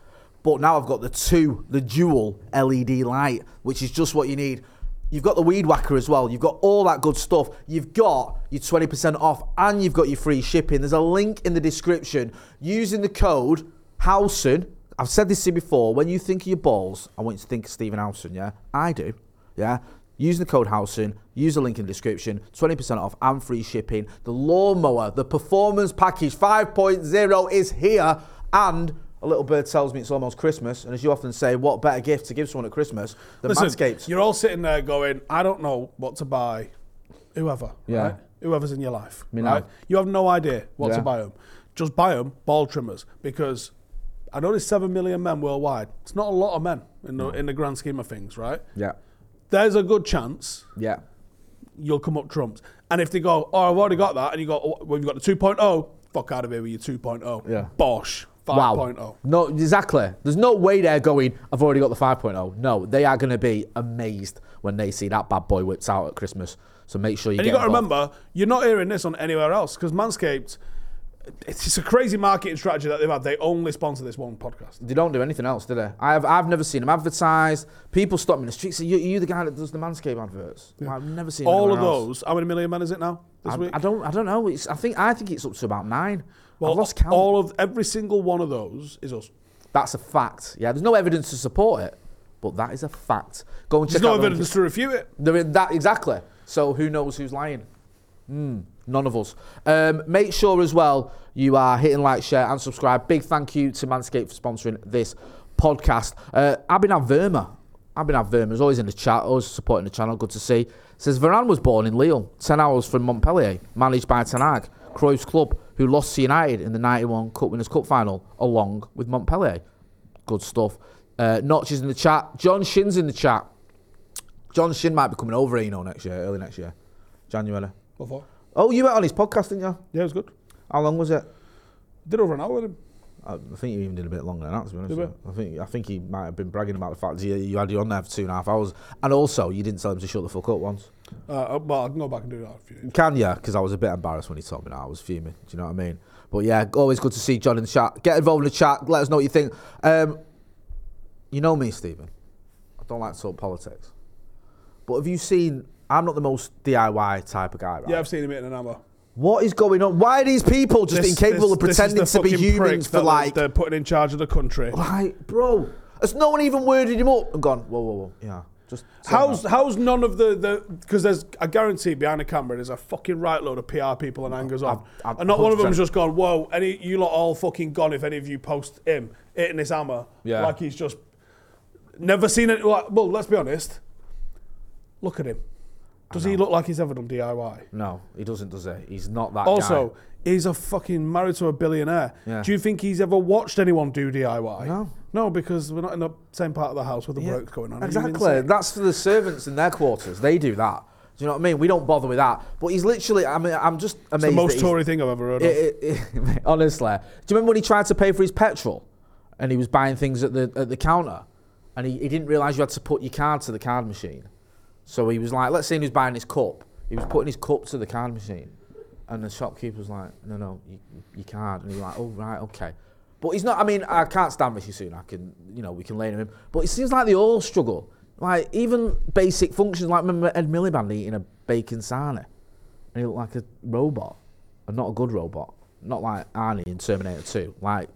Speaker 1: But now I've got the two, the dual LED light, which is just what you need. You've got the weed whacker as well. You've got all that good stuff. You've got your 20% off and you've got your free shipping. There's a link in the description using the code Howson. I've said this to you before. When you think of your balls, I want you to think of Stephen Howson, yeah? I do. Yeah. Use the code Housen. Use the link in the description. 20% off and free shipping. The lawnmower, the performance package 5.0 is here. And a little bird tells me it's almost Christmas. And as you often say, what better gift to give someone at Christmas than
Speaker 2: Listen,
Speaker 1: Manscaped?
Speaker 2: you're all sitting there going, I don't know what to buy. Whoever,
Speaker 1: Yeah.
Speaker 2: right? Whoever's in your life,
Speaker 1: Me
Speaker 2: right?
Speaker 1: now.
Speaker 2: You have no idea what to
Speaker 1: Yeah.
Speaker 2: buy them. Just buy them ball trimmers because I know there's seven million men worldwide. It's not a lot of men in the in the grand scheme of things, right?
Speaker 1: Yeah.
Speaker 2: There's a good chance
Speaker 1: Yeah.
Speaker 2: you'll come up trumps. And if they go, oh, I've already got that, and you go, oh, well, you've got the 2.0, fuck out of here with your 2.0.
Speaker 1: Yeah.
Speaker 2: Bosh. oh. 5.0.
Speaker 1: Wow. No, exactly. There's no way they're going, I've already got the 5.0. No, they are going to be amazed when they see that bad boy whipped out at Christmas. So make sure you
Speaker 2: And
Speaker 1: get
Speaker 2: you got to
Speaker 1: involved.
Speaker 2: remember, you're not hearing this on anywhere else because Manscaped, it's it's a crazy marketing strategy that they've had. They only sponsor this one podcast.
Speaker 1: They don't do anything else, do they? I've I've never seen them advertised. People stop me in the streets. Say, you you the guy that does the Manscaped adverts? Well, I've never seen
Speaker 2: All of
Speaker 1: anyone else.
Speaker 2: those, how many million men is it now this week?
Speaker 1: I, I don't I don't know. It's I think I think it's up to about nine. Well, I've lost count.
Speaker 2: All of every single one of those is us.
Speaker 1: That's a fact. Yeah, there's no evidence to support it, but that is a fact. Go and check
Speaker 2: There's no
Speaker 1: out the link.
Speaker 2: evidence to refute it.
Speaker 1: There is that exactly. So who knows who's lying? Mm, none of us. Um, make sure as well you are hitting like, share, and subscribe. Big thank you to Manscaped for sponsoring this podcast. Uh, Abhinav Verma. Abhinav Verma is always in the chat, always supporting the channel. Good to see. Says Varane was born in Lille, 10 hours from Montpellier, managed by Tanag, Cruyff's club, who lost to United in the 91 Cup Winners' Cup final, along with Montpellier. Good stuff. Uh, Notch is in the chat. John Shin's in the chat. John Shin might be coming over, you know, next year, early next year, January.
Speaker 2: What for?
Speaker 1: Oh, you were on his podcast, didn't you?
Speaker 2: Yeah, it was good.
Speaker 1: How long was it?
Speaker 2: Did over an hour with him.
Speaker 1: I I think you even did a bit longer than that. To be honest,
Speaker 2: Did
Speaker 1: with you. I think I think he might have been bragging about the fact that you, you had you on there for two and a half hours, and also you didn't tell him to shut the fuck up once.
Speaker 2: Uh, uh, well, I can go back and do that if you need.
Speaker 1: Can ya? Because I was a bit embarrassed when he told me that. I was fuming. Do you know what I mean? But yeah, always good to see John in the chat. Get involved in the chat. Let us know what you think. Um, you know me, Stephen. I don't like to talk politics. But have you seen? I'm not the most DIY type of guy, right?
Speaker 2: Yeah, I've seen him in an hour.
Speaker 1: What is going on? Why are these people just
Speaker 2: This-
Speaker 1: incapable of
Speaker 2: this- this is
Speaker 1: pretending
Speaker 2: the
Speaker 1: to be
Speaker 2: fucking prick
Speaker 1: humans for
Speaker 2: that
Speaker 1: like,
Speaker 2: they're putting in charge of the country.
Speaker 1: like, bro? Has no one even worded him up and gone, whoa, whoa, whoa, yeah, just
Speaker 2: How's how's none of the the because there's I guarantee behind the camera there's a fucking right load of PR people and angers on,
Speaker 1: I- I-
Speaker 2: and not one of them's
Speaker 1: 100%.
Speaker 2: just gone. Whoa, any you lot all fucking gone if any of you post him hitting his hammer
Speaker 1: Yeah.
Speaker 2: like he's just never seen it. Like, well, let's be honest. Look at him. Does he look like he's ever done DIY?
Speaker 1: no, he doesn't, does he? He's not that.
Speaker 2: Also,
Speaker 1: guy.
Speaker 2: he's a fucking married to a billionaire.
Speaker 1: Yeah.
Speaker 2: Do you think he's ever watched anyone do DIY?
Speaker 1: No.
Speaker 2: No, because we're not in the same part of the house where the
Speaker 1: Yeah,
Speaker 2: work's going on. Are you
Speaker 1: Exactly.
Speaker 2: insane?
Speaker 1: That's for the servants in their quarters. They do that. Do you know what I mean? We don't bother with that. But he's literally. I mean, I'm just amazed.
Speaker 2: the
Speaker 1: that
Speaker 2: most
Speaker 1: he's-
Speaker 2: Tory thing I've ever heard of.
Speaker 1: It- it- it- honestly, do you remember when he tried to pay for his petrol, and he was buying things at the at the counter, and he, he didn't realise you had to put your card to the card machine. So he was like, let's say he was buying his cup. He was putting his cup to the card machine, and the shopkeeper was like, no, no, you, you can't. And he was like, oh right, okay. But he's not. I mean, I can't stand Rishi Sunak, and you know we can lay on him. But it seems like they all struggle. Like even basic functions, like remember Ed Miliband eating a bacon sarnie and he looked like a robot, and not a good robot, not like Arnie in Terminator 2, like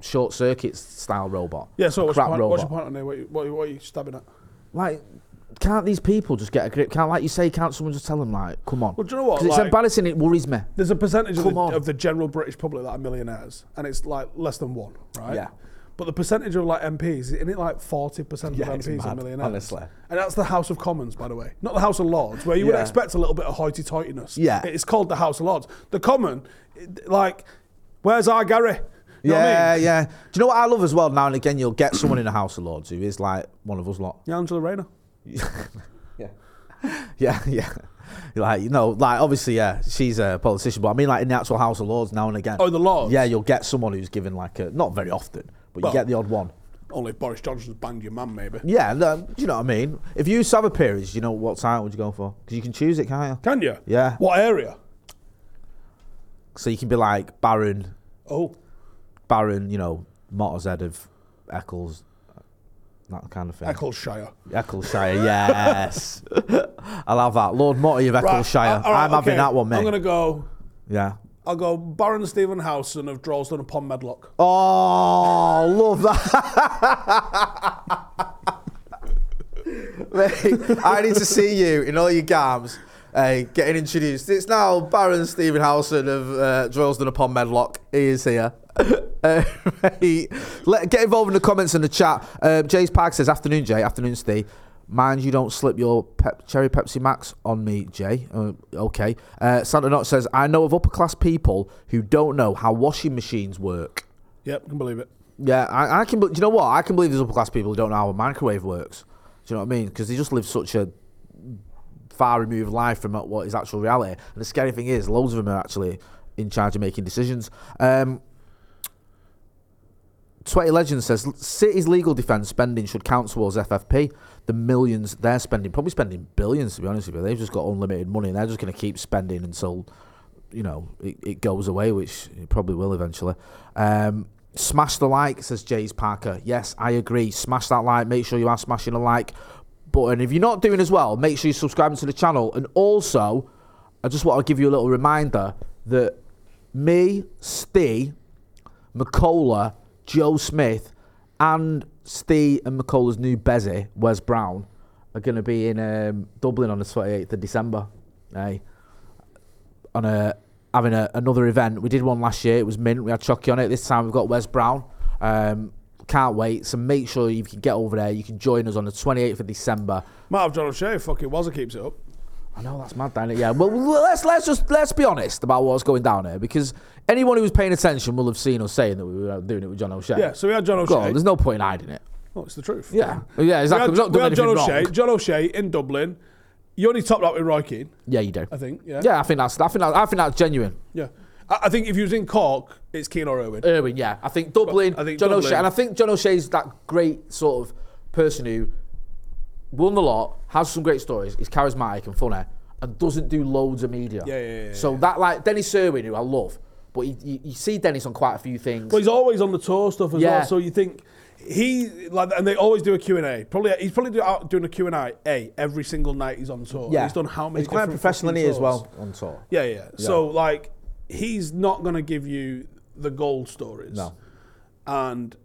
Speaker 1: short circuit style robot.
Speaker 2: Yeah, so
Speaker 1: a
Speaker 2: what's your,
Speaker 1: crap
Speaker 2: point,
Speaker 1: robot.
Speaker 2: what's your point on there? What, you- what, you- what are you stabbing at?
Speaker 1: Like can't these people just get a grip? Can't like you say? Can't someone just tell them like, come on?
Speaker 2: Well, do you know what,
Speaker 1: 'Cause it's
Speaker 2: like-
Speaker 1: embarrassing. It worries me.
Speaker 2: There's a percentage of
Speaker 1: Come
Speaker 2: the,
Speaker 1: on.
Speaker 2: of the general British public that are millionaires, and it's like less than one, right?
Speaker 1: Yeah.
Speaker 2: But the percentage of like MPs, isn't it like forty percent of
Speaker 1: Yeah, it's
Speaker 2: MPs are
Speaker 1: mad,
Speaker 2: millionaires?
Speaker 1: honestly.
Speaker 2: And that's the House of Commons, by the way, not the House of Lords, where you would
Speaker 1: Yeah.
Speaker 2: expect a little bit of hoity-toityness.
Speaker 1: Yeah.
Speaker 2: It's called the House of Lords. The Common, it- like, where's our Gary? You know what I
Speaker 1: yeah,
Speaker 2: mean?
Speaker 1: yeah. Do you know what I love as well? Now and again, you'll get someone in the House of Lords who is like one of us lot.
Speaker 2: Yeah, Angela Rayner.
Speaker 1: Yeah, yeah. Like you know, like obviously, yeah, she's a politician, but I mean, like in the actual House of Lords, now and again.
Speaker 2: Oh, the Lords?
Speaker 1: Yeah, you'll get someone who's given like a not very often, but
Speaker 2: Well-
Speaker 1: you get the odd one.
Speaker 2: Only if Boris Johnson's banged your man, maybe.
Speaker 1: Yeah, no, you know what I mean. If you used to have appearance, you know what title would you go for? Because you can choose it, can't you?
Speaker 2: Can you?
Speaker 1: Yeah.
Speaker 2: What area?
Speaker 1: So you can be like Baron,
Speaker 2: Oh,
Speaker 1: Baron, you know, Motter's head of Eccles, that kind of thing.
Speaker 2: Eccleshire.
Speaker 1: Eccleshire, yes. I'll have that. Lord Motty of Eccleshire.
Speaker 2: uh, all right,
Speaker 1: I'm having
Speaker 2: okay.
Speaker 1: that one, mate.
Speaker 2: I'm gonna go.
Speaker 1: Yeah.
Speaker 2: I'll go Baron Stephen Howson of Drawsden upon Medlock.
Speaker 1: Oh, love that. Mate, I need to see you in all your gams uh, getting introduced. It's now Baron Stephen Howson of uh, Droylsden upon Medlock. He is here. Uh, mate, let, get involved in the comments and the chat. Uh, Jay's Pag says, Afternoon, Jay. Afternoon, Steve. Mind you don't slip your pep- cherry Pepsi Max on me, Jay. Uh, okay. Uh, Santa Knot says, I know of upper class people who don't know how washing machines work.
Speaker 2: Yep, can believe it.
Speaker 1: Yeah, I, I can. be- Do you know what? I can believe there's upper class people who don't know how a microwave works. Do you know what I mean? Because they just live such a far removed life from what is actual reality. And the scary thing is, loads of them are actually in charge of making decisions. Um, Twenty Legends says city's legal defence spending should count towards FFP. The millions they're spending, probably spending billions to be honest with you. They've just got unlimited money and they're just going to keep spending until, you know, it, it goes away, which it probably will eventually. Um, smash the like, says Jays Parker. Yes, I agree. Smash that like. Make sure you are smashing a like button. If you're not doing as well, make sure you're subscribing to the channel. And also, I just want to give you a little reminder that me, Steve, McCola, Joe Smith, and Steve and McCola's new Bezzy, Wes Brown, are going to be in um, Dublin on the 28th of December. Eh? On a having a, another event. We did one last year. It was mint. We had Chucky on it. This time we've got Wes Brown. Um, can't wait. So make sure you can get over there. You can join us on the 28th of December.
Speaker 2: Might have John O'Shea if fucking Wazza keeps it up.
Speaker 1: I know that's mad, down it? Yeah. Well, l- let's let's just let's be honest about what's going down here because anyone who was paying attention will have seen us saying that we were out doing it with John O'Shea.
Speaker 2: Yeah, so we had John
Speaker 1: God,
Speaker 2: O'Shea.
Speaker 1: there's no point in hiding it.
Speaker 2: Oh, it's the truth.
Speaker 1: Yeah. Yeah, exactly.
Speaker 2: We
Speaker 1: We've
Speaker 2: had,
Speaker 1: not
Speaker 2: we
Speaker 1: done
Speaker 2: had John
Speaker 1: anything
Speaker 2: O'Shea.
Speaker 1: wrong.
Speaker 2: John O'Shea in Dublin. You only topped up with Roy Keane.
Speaker 1: Yeah, you do.
Speaker 2: I think, yeah.
Speaker 1: Yeah, I think that's I think that, I think that's genuine.
Speaker 2: Yeah. I, I think if you was in Cork, it's Keane or Irwin.
Speaker 1: Irwin, yeah. I think Dublin,
Speaker 2: I think
Speaker 1: John
Speaker 2: Dublin-
Speaker 1: O'Shea, and I think John O'Shea's that great sort of person who won the lot, has some great stories, is charismatic and funny, and doesn't do loads of media.
Speaker 2: Yeah, yeah, yeah,
Speaker 1: So that like Dennis Irwin, who I love, but you, you, you see Dennis on quite a few things.
Speaker 2: But he's always on the tour stuff as
Speaker 1: Yeah.
Speaker 2: well. So you think he like, and they always do a Q and A. Probably he's probably do, out doing a Q and A A every single night he's on tour.
Speaker 1: yeah,
Speaker 2: He's done how many?
Speaker 1: He's quite
Speaker 2: different
Speaker 1: professional
Speaker 2: fucking
Speaker 1: in it as
Speaker 2: tours?
Speaker 1: well on tour.
Speaker 2: Yeah, yeah. So like, he's not gonna give you the gold stories.
Speaker 1: No.
Speaker 2: And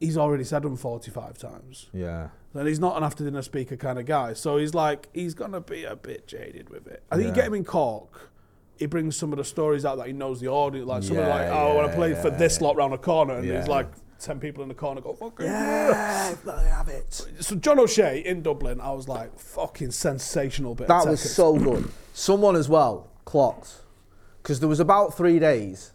Speaker 2: he's already said them forty-five times.
Speaker 1: Yeah.
Speaker 2: And he's not an after dinner speaker kind of guy. So he's like, he's gonna be a bit jaded with it. I think you get him in Cork. He brings some of the stories out that he knows the audience. Like somebody
Speaker 1: Yeah,
Speaker 2: like, oh, I
Speaker 1: yeah,
Speaker 2: want to play for this lot round the corner, and there's
Speaker 1: Yeah.
Speaker 2: like ten people in the corner go fucking.
Speaker 1: Yeah, have it.
Speaker 2: So John O'Shea in Dublin, I was like, fucking sensational bit.
Speaker 1: That
Speaker 2: of
Speaker 1: was
Speaker 2: tech.
Speaker 1: so good. Someone as well clocked because there was about three days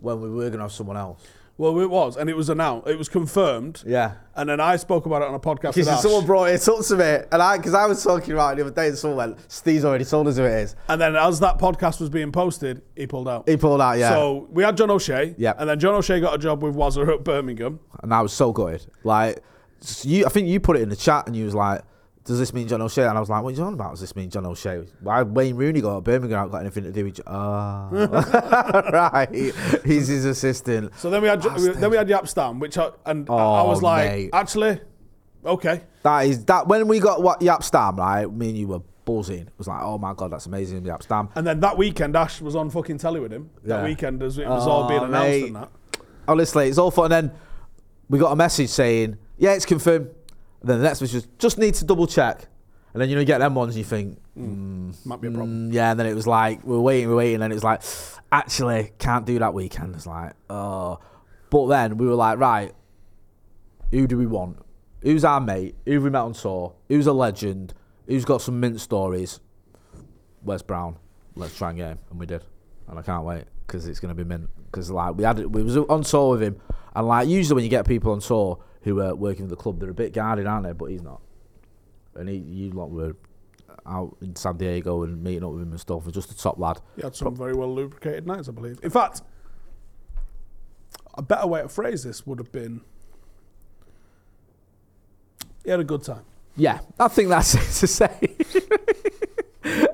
Speaker 1: when we were going to have someone else.
Speaker 2: Well, it was, and it was announced. It was confirmed.
Speaker 1: Yeah.
Speaker 2: And then I spoke about it on a podcast. With
Speaker 1: Because
Speaker 2: Ash.
Speaker 1: someone brought it up to me, and I because I was talking about it the other day, and someone went, "Steve's already told us who it is."
Speaker 2: and then as that podcast was being posted, he pulled out.
Speaker 1: He pulled out, yeah.
Speaker 2: So we had John O'Shea.
Speaker 1: Yep.
Speaker 2: And then John O'Shea got a job with Wazza at Birmingham.
Speaker 1: and I was so gutted. Like s- you, I think you put it in the chat, and you was like, "Does this mean John O'Shea?" And I was like, "What are you on about? Does this mean John O'Shea? Why Wayne Rooney got at Birmingham? I've got anything to do with? J- Oh, right. He's his assistant.
Speaker 2: So then we had we, then we had Yapstam, which I, and I- I
Speaker 1: Oh,
Speaker 2: was like,
Speaker 1: mate.
Speaker 2: actually, okay.
Speaker 1: That is that when we got what Yap Stam, right? Me and you were buzzing. It was like, oh my god, that's amazing, Yap Stam.
Speaker 2: And then that weekend, Ash was on fucking telly with him. That
Speaker 1: Yeah.
Speaker 2: weekend, as it was all being
Speaker 1: Oh,
Speaker 2: announced
Speaker 1: mate.
Speaker 2: and that.
Speaker 1: Honestly, it's awful. And then we got a message saying, yeah, it's confirmed. And then the next message was, just need to double check. And then you know you get them ones and you think,
Speaker 2: Might be a problem.
Speaker 1: mm, yeah. And then it was like we're waiting, we're waiting, and it was like, actually can't do that weekend. It's like, oh, but then we were like, right, who do we want? Who's our mate? Who have we met on tour? Who's a legend? Who's got some mint stories? Where's Brown? Let's try and get him, and we did, and I can't wait because it's gonna be mint. Because like we had, we was on tour with him, and like usually when you get people on tour who are working with the club, they're a bit guarded, aren't they? But he's not, and he, you lot were out in San Diego and meeting up with him and stuff. He's just a top lad.
Speaker 2: He had some very well lubricated nights, I believe. In fact, a better way to phrase this would have been he had a good time.
Speaker 1: Yeah, I think that's it to say.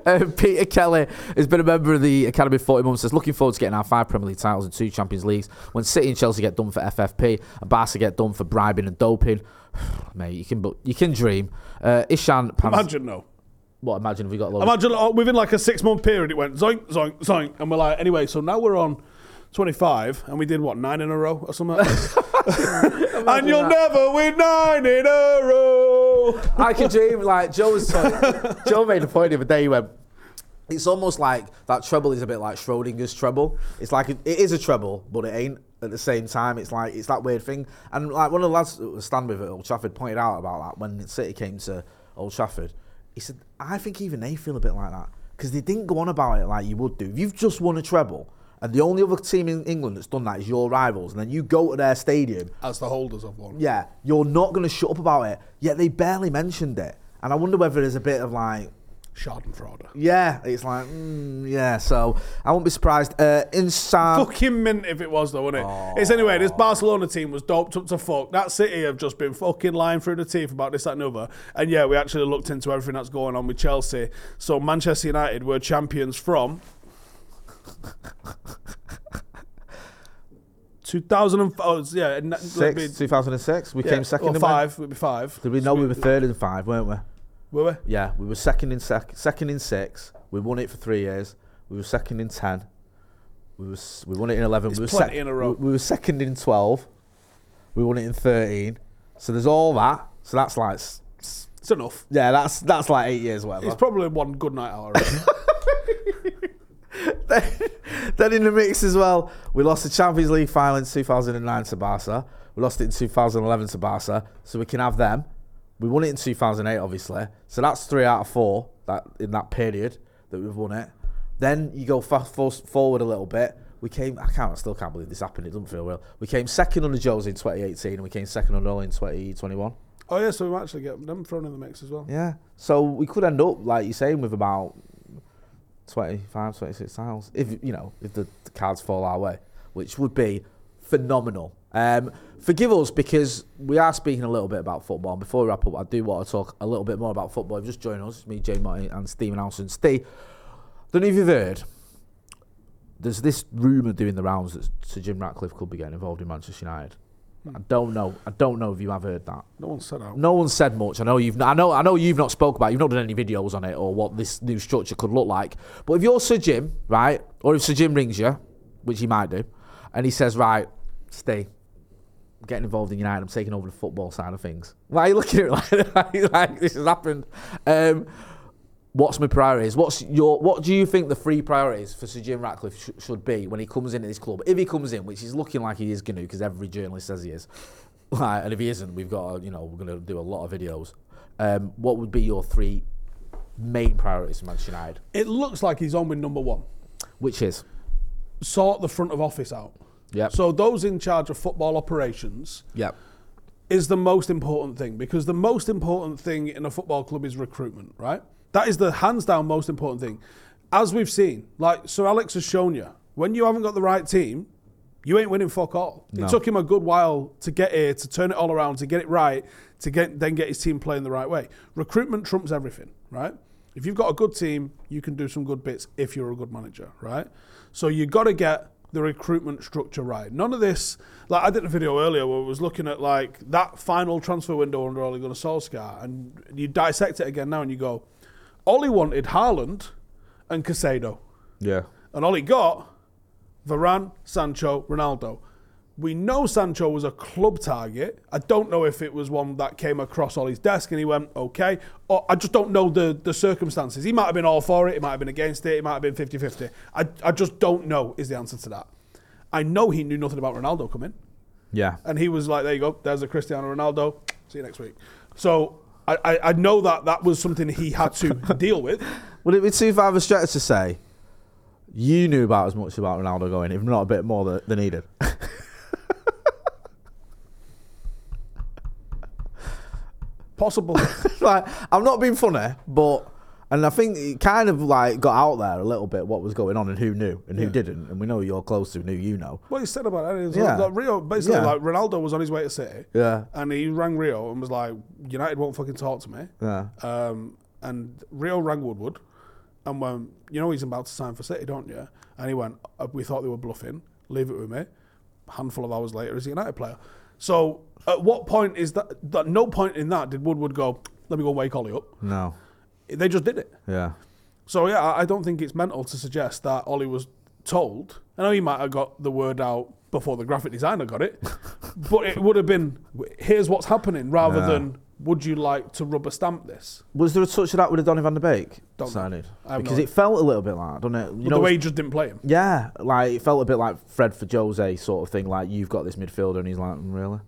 Speaker 1: Um, Peter Kelly has been a member of the Academy for 40 months. Says looking forward to getting our five Premier League titles and two Champions Leagues. When City and Chelsea get done for FFP and Barca get done for bribing and doping, mate, you can but you can dream. Uh, Ishan, Pan-
Speaker 2: Imagine, though.
Speaker 1: what? Imagine if we got loads.
Speaker 2: Imagine oh, within like a six month period, it went zoink, zoink, zoink. And we're like, anyway, so now we're on 25, and we did what, nine in a row or something? and you'll never win nine in a row.
Speaker 1: I can dream like Joe was so, Joe made a point the other day he went it's almost like that treble is a bit like Schrodinger's treble. It's like it is a treble, but it ain't at the same time. It's like it's that weird thing. And like one of the lads that was standing with it at Old Trafford pointed out about that when City came to Old Trafford. He said, I think even they feel a bit like that because they didn't go on about it like you would do. If you've just won a treble and the only other team in England that's done that is your rivals, and then you go to their stadium
Speaker 2: As the holders of one.
Speaker 1: yeah, you're not going to shut up about it. Yet they barely mentioned it. And I wonder whether there's a bit of like,
Speaker 2: Schadenfreude.
Speaker 1: yeah, it's like, mm, yeah. So I won't be surprised. Uh, inside,
Speaker 2: Fucking mint if it was though, wouldn't it? It's anyway, this Barcelona team was doped up to fuck. That City have just been fucking lying through the teeth about this, that, and the other. And yeah, we actually looked into everything that's going on with Chelsea. So Manchester United were champions from 2000 and oh, it's- yeah, and that- it'd be-
Speaker 1: six, 2006, we
Speaker 2: yeah,
Speaker 1: came second
Speaker 2: or
Speaker 1: in
Speaker 2: five, would be five.
Speaker 1: Did we know we were third in five, weren't we?
Speaker 2: Were we?
Speaker 1: Yeah, we were second in sec- second in six. We won it for three years. We were second in ten. We was we won it in eleven.
Speaker 2: It's
Speaker 1: we were
Speaker 2: plenty in a row.
Speaker 1: We, we were second in twelve. We won it in thirteen. So there's all that. So that's like, s- s-
Speaker 2: It's enough.
Speaker 1: yeah, that's that's like eight years, whatever.
Speaker 2: It's probably one good night out. I reckon.
Speaker 1: then in the mix as well, we lost the Champions League final in 2009 to Barca. We lost it in 2011 to Barca, so we can have them. We won it in 2008, obviously. So that's three out of four that in that period that we've won it. Then you go fast for- forward a little bit. We came. I can't. I still can't believe this happened. It doesn't feel real. We came second under Joe's in 2018, and we came second under Ollie in 2021.
Speaker 2: oh yeah, so we might actually get them thrown in the mix as well.
Speaker 1: Yeah. So we could end up, like you're saying, with about 25, 26 tiles. If, you know, if the, the cards fall our way, which would be phenomenal. Um, forgive us because we are speaking a little bit about football. And before we wrap up, I do want to talk a little bit more about football. If you just join us, it's me, Jay Martin, and Stephen Alson. Steve, don't know if you've heard, there's this rumour doing the rounds that Sir Jim Ratcliffe could be getting involved in Manchester United. I don't know. I don't know if you have heard that.
Speaker 2: No one said out.
Speaker 1: No one said much. I know you've. I know. I know you've not spoke about. it. You've not done any videos on it or what this new structure could look like. But if you're Sir Jim, right, or if Sir Jim rings you, which he might do, and he says, right, stay, I'm getting involved in United, I'm taking over the football side of things. Why are you looking at it like, like, like this has happened? Um, what's my priorities? What's your? What do you think the three priorities for Sir Jim Ratcliffe sh- should be when he comes into this club? If he comes in, which he's looking like he is going to, because every journalist says he is, Right, and if he isn't, we've got to, you know we're going to do a lot of videos. Um, what would be your three main priorities for Manchester United?
Speaker 2: It looks like he's on with number one.
Speaker 1: Which is
Speaker 2: Sort the front of office out.
Speaker 1: Yep.
Speaker 2: So those in charge of football operations
Speaker 1: yeah,
Speaker 2: is the most important thing because the most important thing in a football club is recruitment, right? That is the hands down most important thing. As we've seen, like Sir Alex has shown you, when you haven't got the right team, you ain't winning fuck all. It took him a good while to get here, to turn it all around, to get it right, to get then get his team playing the right way. Recruitment trumps everything, right? If you've got a good team, you can do some good bits if you're a good manager, right? So you got to get the recruitment structure right. None of this, like I did a video earlier where I was looking at like that final transfer window under Ole Gunnar Solskjaer, and you dissect it again now and you go, Ollie wanted Haaland and Casado.
Speaker 1: yeah,
Speaker 2: And all he got, Varane, Sancho, Ronaldo. We know Sancho was a club target. I don't know if it was one that came across Ollie's desk and he went, okay. Or I just don't know the, the circumstances. He might have been all for it, he might have been against it, he might have been 50 50. I, I just don't know is the answer to that. I know he knew nothing about Ronaldo coming.
Speaker 1: Yeah.
Speaker 2: And he was like, there you go, there's a Cristiano Ronaldo. See you next week. So I, I, I know that that was something he had to deal with.
Speaker 1: Would it be too far of a stretch to say you knew about as much about Ronaldo going, if not a bit more than, than he did?
Speaker 2: Possible.
Speaker 1: like, I'm not being funny, but and I think it kind of like got out there a little bit what was going on and who knew and who didn't, and we know you're close to who you know.
Speaker 2: What he said about it, it was
Speaker 1: Yeah.
Speaker 2: like, like, Rio basically
Speaker 1: Yeah.
Speaker 2: like Ronaldo was on his way to City.
Speaker 1: Yeah.
Speaker 2: And he rang Rio and was like, United won't fucking talk to me.
Speaker 1: Yeah.
Speaker 2: Um, and Rio rang Woodward and went, You know he's about to sign for City, don't you? And he went, "Uh, We thought they were bluffing. Leave it with me. handful of hours later, he's a United player. So at what point is that, that no point in that did Woodward go, Let me go wake Ollie up?
Speaker 1: No.
Speaker 2: They just did it.
Speaker 1: Yeah.
Speaker 2: So yeah, I I don't think it's mental to suggest that Ollie was told. I know he might have got the word out before the graphic designer got it, but it would have been here's what's happening rather than would you like to rubber stamp this?
Speaker 1: Was there a touch of that with the Donny van der Beek
Speaker 2: Don't know.
Speaker 1: signing?
Speaker 2: I have no
Speaker 1: Because
Speaker 2: idea.
Speaker 1: it felt a little bit like, that, didn't it? You
Speaker 2: But the way he just didn't play him.
Speaker 1: Yeah, like it felt a bit like Fred for Jose sort of thing. Like you've got this midfielder, and he's like, "Mm, really?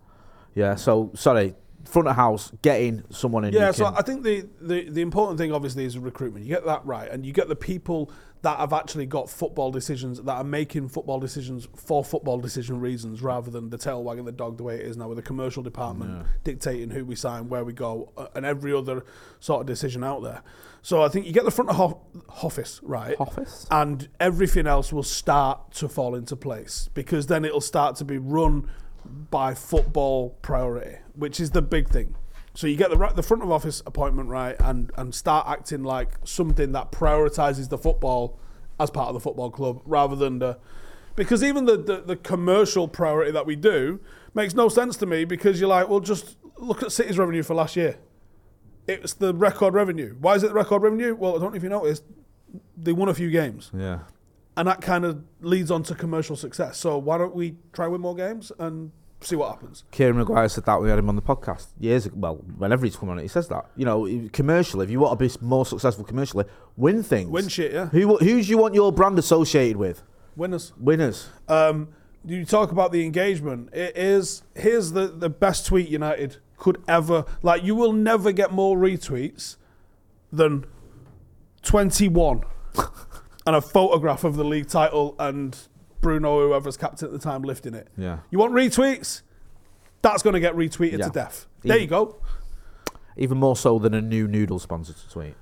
Speaker 1: Yeah. So sorry, front of house, getting someone in. who
Speaker 2: Yeah, so
Speaker 1: can-
Speaker 2: I think the, the, the important thing obviously is recruitment. You get that right, and you get the people that have actually got football decisions that are making football decisions for football decision reasons, rather than the tail wagging the dog the way it is now with the commercial department dictating who we sign, where we go, uh, and every other sort of decision out there. So I think you get the front of ho- office right,
Speaker 1: Office?
Speaker 2: and everything else will start to fall into place because then it'll start to be run by football priority, which is the big thing. So you get the right, the front of office appointment right, and and start acting like something that prioritizes the football as part of the football club rather than the because even the, the the commercial priority that we do makes no sense to me because you're like, well, just look at City's revenue for last year. It was the record revenue. Why is it the record revenue? Well, I don't know if you noticed, they won a few games
Speaker 1: yeah.
Speaker 2: and that kind of leads on to commercial success. So why don't we try win more games and see what happens?
Speaker 1: Kieran Maguire said that when we had him on the podcast years ago. Well, whenever he's come on it, he says that. You know, commercially, if you want to be more successful commercially, win things.
Speaker 2: Win shit, yeah.
Speaker 1: Who who do you want your brand associated with?
Speaker 2: Winners.
Speaker 1: Winners.
Speaker 2: Um, you talk about the engagement. It is here's the the best tweet United could ever like. You will never get more retweets than twenty one and a photograph of the league title and Bruno, whoever's captain at the time, lifting it.
Speaker 1: Yeah.
Speaker 2: You want retweets? That's going to get retweeted
Speaker 1: Yeah. E
Speaker 2: to death. There
Speaker 1: Even-
Speaker 2: you go.
Speaker 1: Even more so than a new noodle sponsored tweet.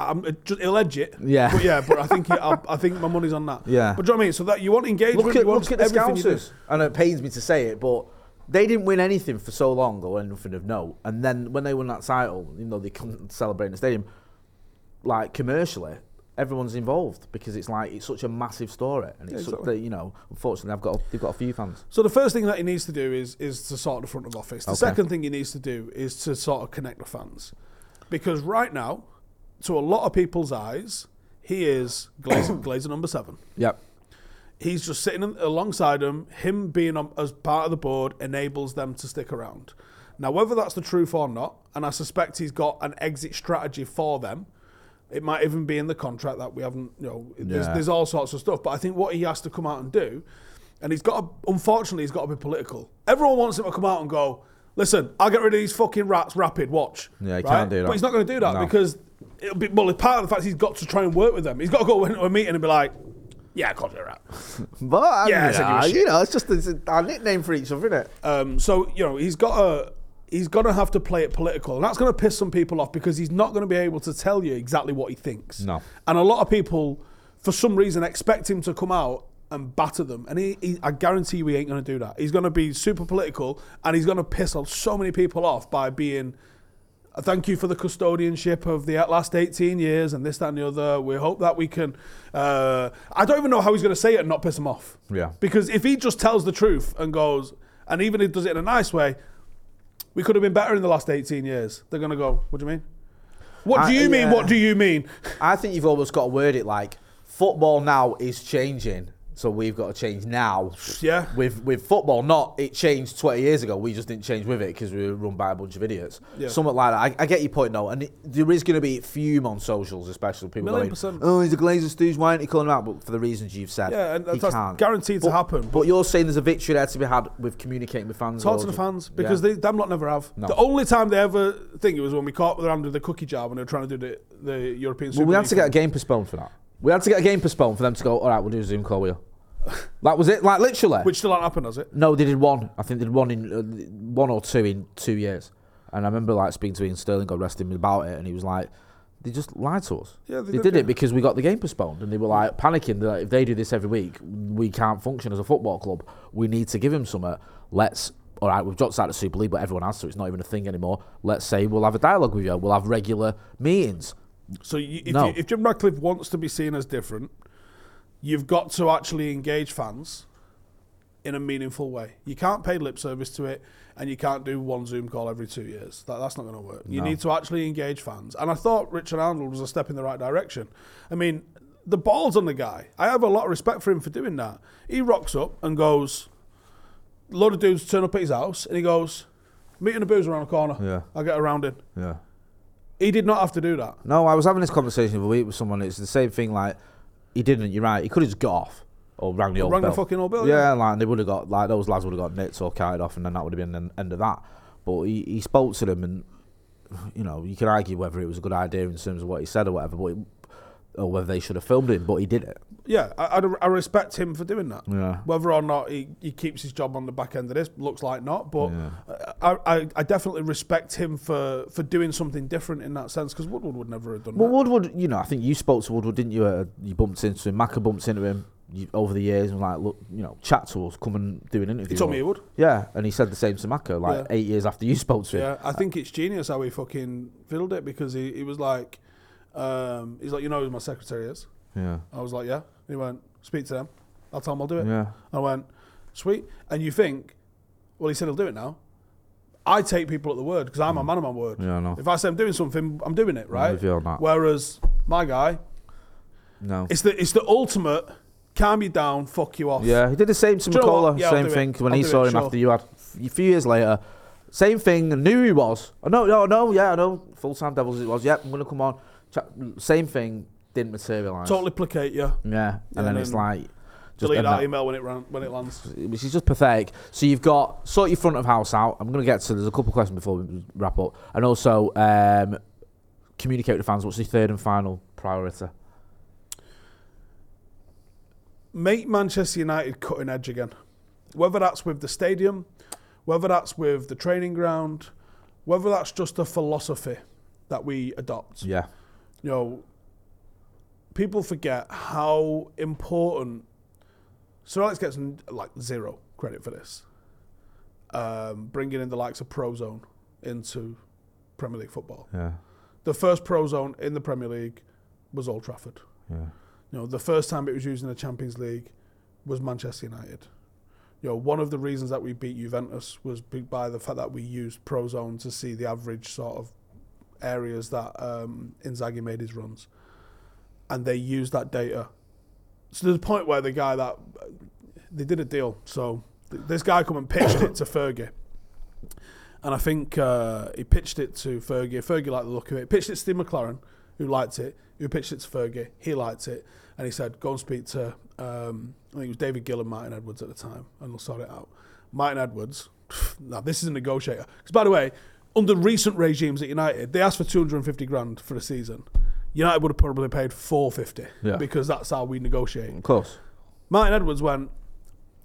Speaker 2: I'm it just, he'll edge it.
Speaker 1: Yeah.
Speaker 2: But yeah, but I think it, I, I think my money's on that.
Speaker 1: Yeah.
Speaker 2: But do you know what I mean? So that you want engagement.
Speaker 1: look at,
Speaker 2: you want
Speaker 1: look at the
Speaker 2: everything you do.
Speaker 1: Scousers. And it pains me to say it, but they didn't win anything for so long or anything of note. And then when they won that title, even though they couldn't celebrate in the stadium, like commercially, everyone's involved because it's like it's such a massive story, and it's such, that you know, unfortunately, I've got they've got a few fans.
Speaker 2: So the first thing that he needs to do is is to sort the front of office. The
Speaker 1: Okay.
Speaker 2: second thing he needs to do is to sort of connect the fans, because right now, to a lot of people's eyes, he is Glazer, Glazer number seven.
Speaker 1: Yep.
Speaker 2: he's just sitting in- alongside him. Him being on, as part of the board enables them to stick around. Now, whether that's the truth or not, and I suspect he's got an exit strategy for them. It might even be in the contract that we haven't, you know, there's,
Speaker 1: Yeah.
Speaker 2: there's all sorts of stuff. But I think what he has to come out and do, and he's got to, unfortunately, he's got to be political. Everyone wants him to come out and go, listen, I'll get rid of these fucking rats rapid, watch.
Speaker 1: Yeah, he can't do that.
Speaker 2: But he's not going to do that
Speaker 1: No.
Speaker 2: because it'll be, well, part of the fact he's got to try and work with them. He's got to go into a meeting and be like, yeah, I can't do that.
Speaker 1: But I
Speaker 2: Yeah, I
Speaker 1: mean,
Speaker 2: said you were
Speaker 1: ah,
Speaker 2: shit.
Speaker 1: you know, it's just it's our nickname for each other, isn't it?
Speaker 2: Um, so you know he's got to he's going to have to play it political, and that's going to piss some people off because he's not going to be able to tell you exactly what he thinks.
Speaker 1: No.
Speaker 2: and a lot of people, for some reason, expect him to come out and batter them, and he, he I guarantee you he ain't going to do that. He's going to be super political, and he's going to piss off so many people off by being. "Uh, Thank you for the custodianship of the last 18 years and this, that, and the other. We hope that we can. Uh, I don't even know how he's going to say it and not piss him off.
Speaker 1: Yeah.
Speaker 2: Because if he just tells the truth and goes, and even if he does it in a nice way, we could have been better in the last 18 years. They're going to go, what do you mean? What do
Speaker 1: I-
Speaker 2: you mean?
Speaker 1: yeah.
Speaker 2: What do you mean?
Speaker 1: I think you've almost got to word it like football now is changing. So we've got to change now.
Speaker 2: Yeah.
Speaker 1: With with football, not it changed 20 years ago. We just didn't change with it because we were run by a bunch of idiots.
Speaker 2: Yeah.
Speaker 1: Something like that. I, I get your point, though. And it, there is going to be fume on socials, especially people
Speaker 2: Million
Speaker 1: going,
Speaker 2: percent.
Speaker 1: "Oh, he's a Glazer stooge. Why aren't you calling him out?" But for the reasons you've said,
Speaker 2: Yeah, and
Speaker 1: he
Speaker 2: that's
Speaker 1: can't.
Speaker 2: guaranteed to
Speaker 1: But-
Speaker 2: happen,
Speaker 1: But,
Speaker 2: but-
Speaker 1: you're saying there's a victory there to be had with communicating with fans.
Speaker 2: Talk
Speaker 1: or-
Speaker 2: to the fans
Speaker 1: Yeah.
Speaker 2: because they damn lot never have.
Speaker 1: No.
Speaker 2: The only time they ever think it was when we caught their hand with the cookie jar when they were trying to do the, the European Super
Speaker 1: Well, we had
Speaker 2: League
Speaker 1: to get a
Speaker 2: thing.
Speaker 1: game postponed for that. We had to get a game postponed for them to go. All right, we'll do a Zoom call with you. that was it. Like literally.
Speaker 2: Which still hasn't happened, has it?
Speaker 1: No, they did one. I think they did one in uh, one or two in two years. And I remember like speaking to Ian Sterling, got him about it, and he was like, "They just lied to us.
Speaker 2: Yeah,
Speaker 1: they,
Speaker 2: they
Speaker 1: did,
Speaker 2: did,
Speaker 1: it
Speaker 2: yeah.
Speaker 1: because we got the game postponed, and they were like panicking that if they do this every week, we can't function as a football club. We need to give him some. Let's." All right, we've dropped out of Super League, but everyone has, so it's not even a thing anymore. Let's say we'll have a dialogue with you. We'll have regular meetings.
Speaker 2: So you, if,
Speaker 1: No.
Speaker 2: you, if Jim Radcliffe wants to be seen as different, you've got to actually engage fans in a meaningful way. You can't pay lip service to it, and you can't do one Zoom call every two years. That, that's not going to work. You need to actually engage fans. And I thought Richard Arnold was a step in the right direction. I mean, the ball's on the guy. I have a lot of respect for him for doing that. He rocks up and goes, load of dudes turn up at his house, and he goes, meeting in the booze around the corner.
Speaker 1: Yeah.
Speaker 2: I'll get around it.
Speaker 1: Yeah.
Speaker 2: He did not have to do that.
Speaker 1: No, I was having this conversation the other week with someone. It's the same thing. Like he didn't. You're right. He could have just got off or rang the old
Speaker 2: Rang the
Speaker 1: bell.
Speaker 2: fucking old bell,
Speaker 1: Yeah,
Speaker 2: yeah.
Speaker 1: like and they would have got like those lads would have got nicked or carried off, and then that would have been the end of that. But he, he spoke to them, and you know you can argue whether it was a good idea in terms of what he said or whatever, but it, or whether they should have filmed him. But he did it.
Speaker 2: Yeah, I, I, I respect him for doing that.
Speaker 1: Yeah.
Speaker 2: Whether or not he, he keeps his job on the back end of this, looks like not. But I, I, I definitely respect him for, for doing something different in that sense because Woodward would never have done
Speaker 1: Well,
Speaker 2: that.
Speaker 1: Woodward, you know, I think you spoke to Woodward, didn't you? Uh, you bumped into him. Macca bumped into him you, over the years and like, look, you know, chat to us, come and do an interview.
Speaker 2: told
Speaker 1: with
Speaker 2: me he
Speaker 1: us.
Speaker 2: would.
Speaker 1: Yeah, and he said the same to Macca like
Speaker 2: Yeah.
Speaker 1: eight years after you spoke to him.
Speaker 2: Yeah, I think it's genius how he fucking fiddled it because he, he was like, um, he's like, you know who my secretary is?
Speaker 1: Yeah.
Speaker 2: I was like, yeah. And he went, speak to them. I'll tell him I'll do it.
Speaker 1: Yeah.
Speaker 2: I went, sweet. And you think, well, he said he'll do it now. I take people at the word because I'm a man of my word.
Speaker 1: Mm. Yeah, I know.
Speaker 2: If I say I'm doing something, I'm doing it, right?
Speaker 1: with you on that.
Speaker 2: Whereas my guy,
Speaker 1: No.
Speaker 2: it's the it's the ultimate calm you down, fuck you off.
Speaker 1: yeah, he did the same to
Speaker 2: Do you know
Speaker 1: Nicola,
Speaker 2: what? Yeah, I'll
Speaker 1: same
Speaker 2: do it.
Speaker 1: thing when
Speaker 2: I'll
Speaker 1: he
Speaker 2: do
Speaker 1: saw
Speaker 2: it,
Speaker 1: him
Speaker 2: sure.
Speaker 1: after you had. A few years later, same thing. I knew he was. I know, no, no, yeah, I know. Full time Devils it was. Yep, I'm gonna come on. Chat, same thing didn't materialise.
Speaker 2: Totally placate you.
Speaker 1: Yeah, and
Speaker 2: Yeah,
Speaker 1: then
Speaker 2: and
Speaker 1: it's
Speaker 2: then
Speaker 1: like Mm. just
Speaker 2: Delete
Speaker 1: and
Speaker 2: that
Speaker 1: that-
Speaker 2: email when it ran, when it lands.
Speaker 1: which is just pathetic. So you've got sort your front of house out. I'm going to get to there's a couple of questions before we wrap up, and also um, communicate with the fans. What's the third and final priority?
Speaker 2: Make Manchester United cutting edge again. Whether that's with the stadium, whether that's with the training ground, whether that's just a philosophy that we adopt.
Speaker 1: Yeah,
Speaker 2: you know, people forget how important. Sir Alex gets n- like zero credit for this. Um, bringing in the likes of Prozone into Premier League football.
Speaker 1: yeah,
Speaker 2: The first Prozone in the Premier League was Old Trafford.
Speaker 1: yeah.
Speaker 2: You know, the first time it was used in the Champions League was Manchester United. You know, one of the reasons that we beat Juventus was be- by the fact that we used Prozone to see the average sort of areas that um, Inzaghi made his runs, and they used that data. So there's a point where the guy that they did a deal. So th- this guy come and pitched it to Fergie. And I think uh, he pitched it to Fergie. Fergie liked the look of it. Pitched it to Steve McLaren, who liked it. Who pitched it to Fergie. He liked it. And he said, go and speak to, um, I think it was David Gill and Martin Edwards at the time, and we'll sort it out. Martin Edwards, now this is a negotiator. Because, by the way, under recent regimes at United, they asked for 250 grand for the season. United would have probably paid 450
Speaker 1: Yeah.
Speaker 2: because that's how we negotiate.
Speaker 1: Of course.
Speaker 2: Martin Edwards went,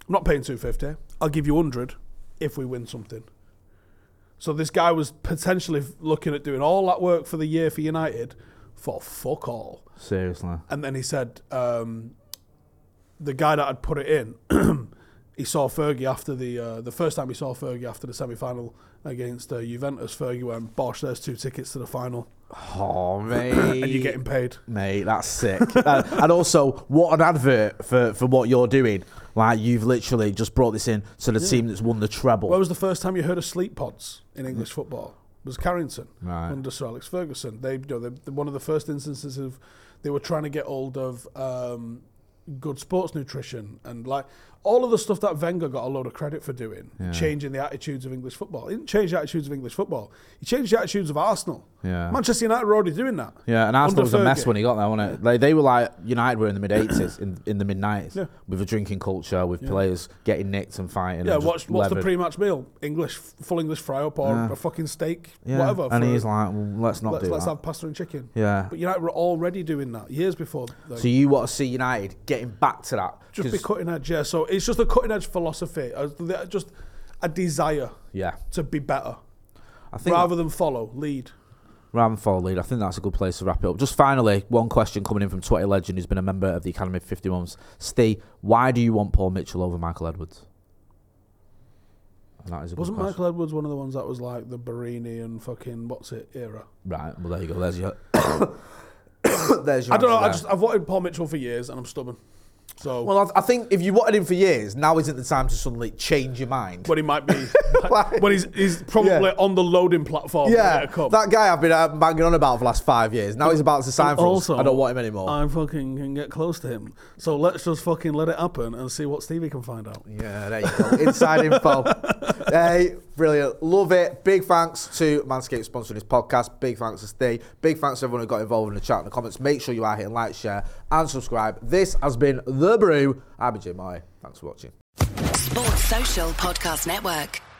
Speaker 2: I'm not paying 250. I'll give you 100 if we win something. So this guy was potentially f- looking at doing all that work for the year for United for fuck all.
Speaker 1: Seriously.
Speaker 2: And then he said, um, the guy that had put it in, he saw Fergie after the uh, the first time he saw Fergie after the semi final against uh, Juventus. Fergie went, "Bosh, there's two tickets to the final,
Speaker 1: Oh mate,
Speaker 2: and you're getting paid."
Speaker 1: Mate, that's sick. Uh, and also, what an advert for, for what you're doing. Like, you've literally just brought this in to the team that's won the treble.
Speaker 2: Where was the first time you heard of sleep pods in English football? Was Carrington
Speaker 1: Mm-hmm. Right.
Speaker 2: under Sir Alex Ferguson? They, you know, they, one of the first instances of they were trying to get hold of um, good sports nutrition and like all of the stuff that Wenger got a load of credit for doing, changing the attitudes of English football. He didn't change the attitudes of English football. He changed the attitudes of Arsenal.
Speaker 1: Yeah.
Speaker 2: Manchester United were already doing that.
Speaker 1: Yeah, and Arsenal
Speaker 2: under
Speaker 1: was a mess
Speaker 2: Fergie.
Speaker 1: when he got there, wasn't it? Like, they were like United were in the mid eighties, in, in the mid nineties,
Speaker 2: Yeah.
Speaker 1: with a drinking culture, with players getting nicked and fighting.
Speaker 2: Yeah,
Speaker 1: and just
Speaker 2: what's, what's the
Speaker 1: leathered.
Speaker 2: pre-match meal? English, full English fry-up or a fucking steak,
Speaker 1: Yeah,
Speaker 2: whatever.
Speaker 1: And
Speaker 2: for-
Speaker 1: he's like, well, let's not
Speaker 2: let's,
Speaker 1: do
Speaker 2: let's
Speaker 1: that.
Speaker 2: have pasta and chicken.
Speaker 1: Yeah.
Speaker 2: But United were already doing that years before. Like,
Speaker 1: so you want to see United getting back to that?
Speaker 2: just
Speaker 1: 'cause-
Speaker 2: be cutting edge, yeah. So it's just a cutting edge philosophy, uh, th- just a desire
Speaker 1: Yeah,
Speaker 2: to be better
Speaker 1: I think
Speaker 2: rather than follow, lead.
Speaker 1: Ram for lead. I think that's a good place to wrap it up. Just finally, one question coming in from Twitter legend who's been a member of the academy for 50 months. Steve, why do you want Paul Mitchell over Michael Edwards? And that is a good
Speaker 2: Wasn't
Speaker 1: question.
Speaker 2: Michael Edwards one of the ones that was like the Barini and fucking what's it era?
Speaker 1: Right. Well, there you go. There's your. there's your
Speaker 2: I don't
Speaker 1: answer
Speaker 2: know. I
Speaker 1: there.
Speaker 2: just I've wanted Paul Mitchell for years and I'm stubborn. So,
Speaker 1: Well, I, I think if you wanted him for years, now isn't the time to suddenly change your mind.
Speaker 2: but he might be. but he's he's probably
Speaker 1: Yeah.
Speaker 2: on the loading platform.
Speaker 1: yeah,
Speaker 2: when it come.
Speaker 1: that guy I've been uh, banging on about for the last five years. Now he's about to sign
Speaker 2: And
Speaker 1: for us. I don't want him anymore.
Speaker 2: I fucking can get close to him. So let's just fucking let it happen and see what Stevie can find out.
Speaker 1: Yeah, there you go. Inside info. Hey, brilliant. Love it. Big thanks to Manscaped sponsoring this podcast. Big thanks to Steve. Big thanks to everyone who got involved in the chat and the comments. Make sure you are hitting like, share, and subscribe. This has been The Brew. I've been Jim Moy. Thanks for watching.
Speaker 3: Sports Social Podcast Network.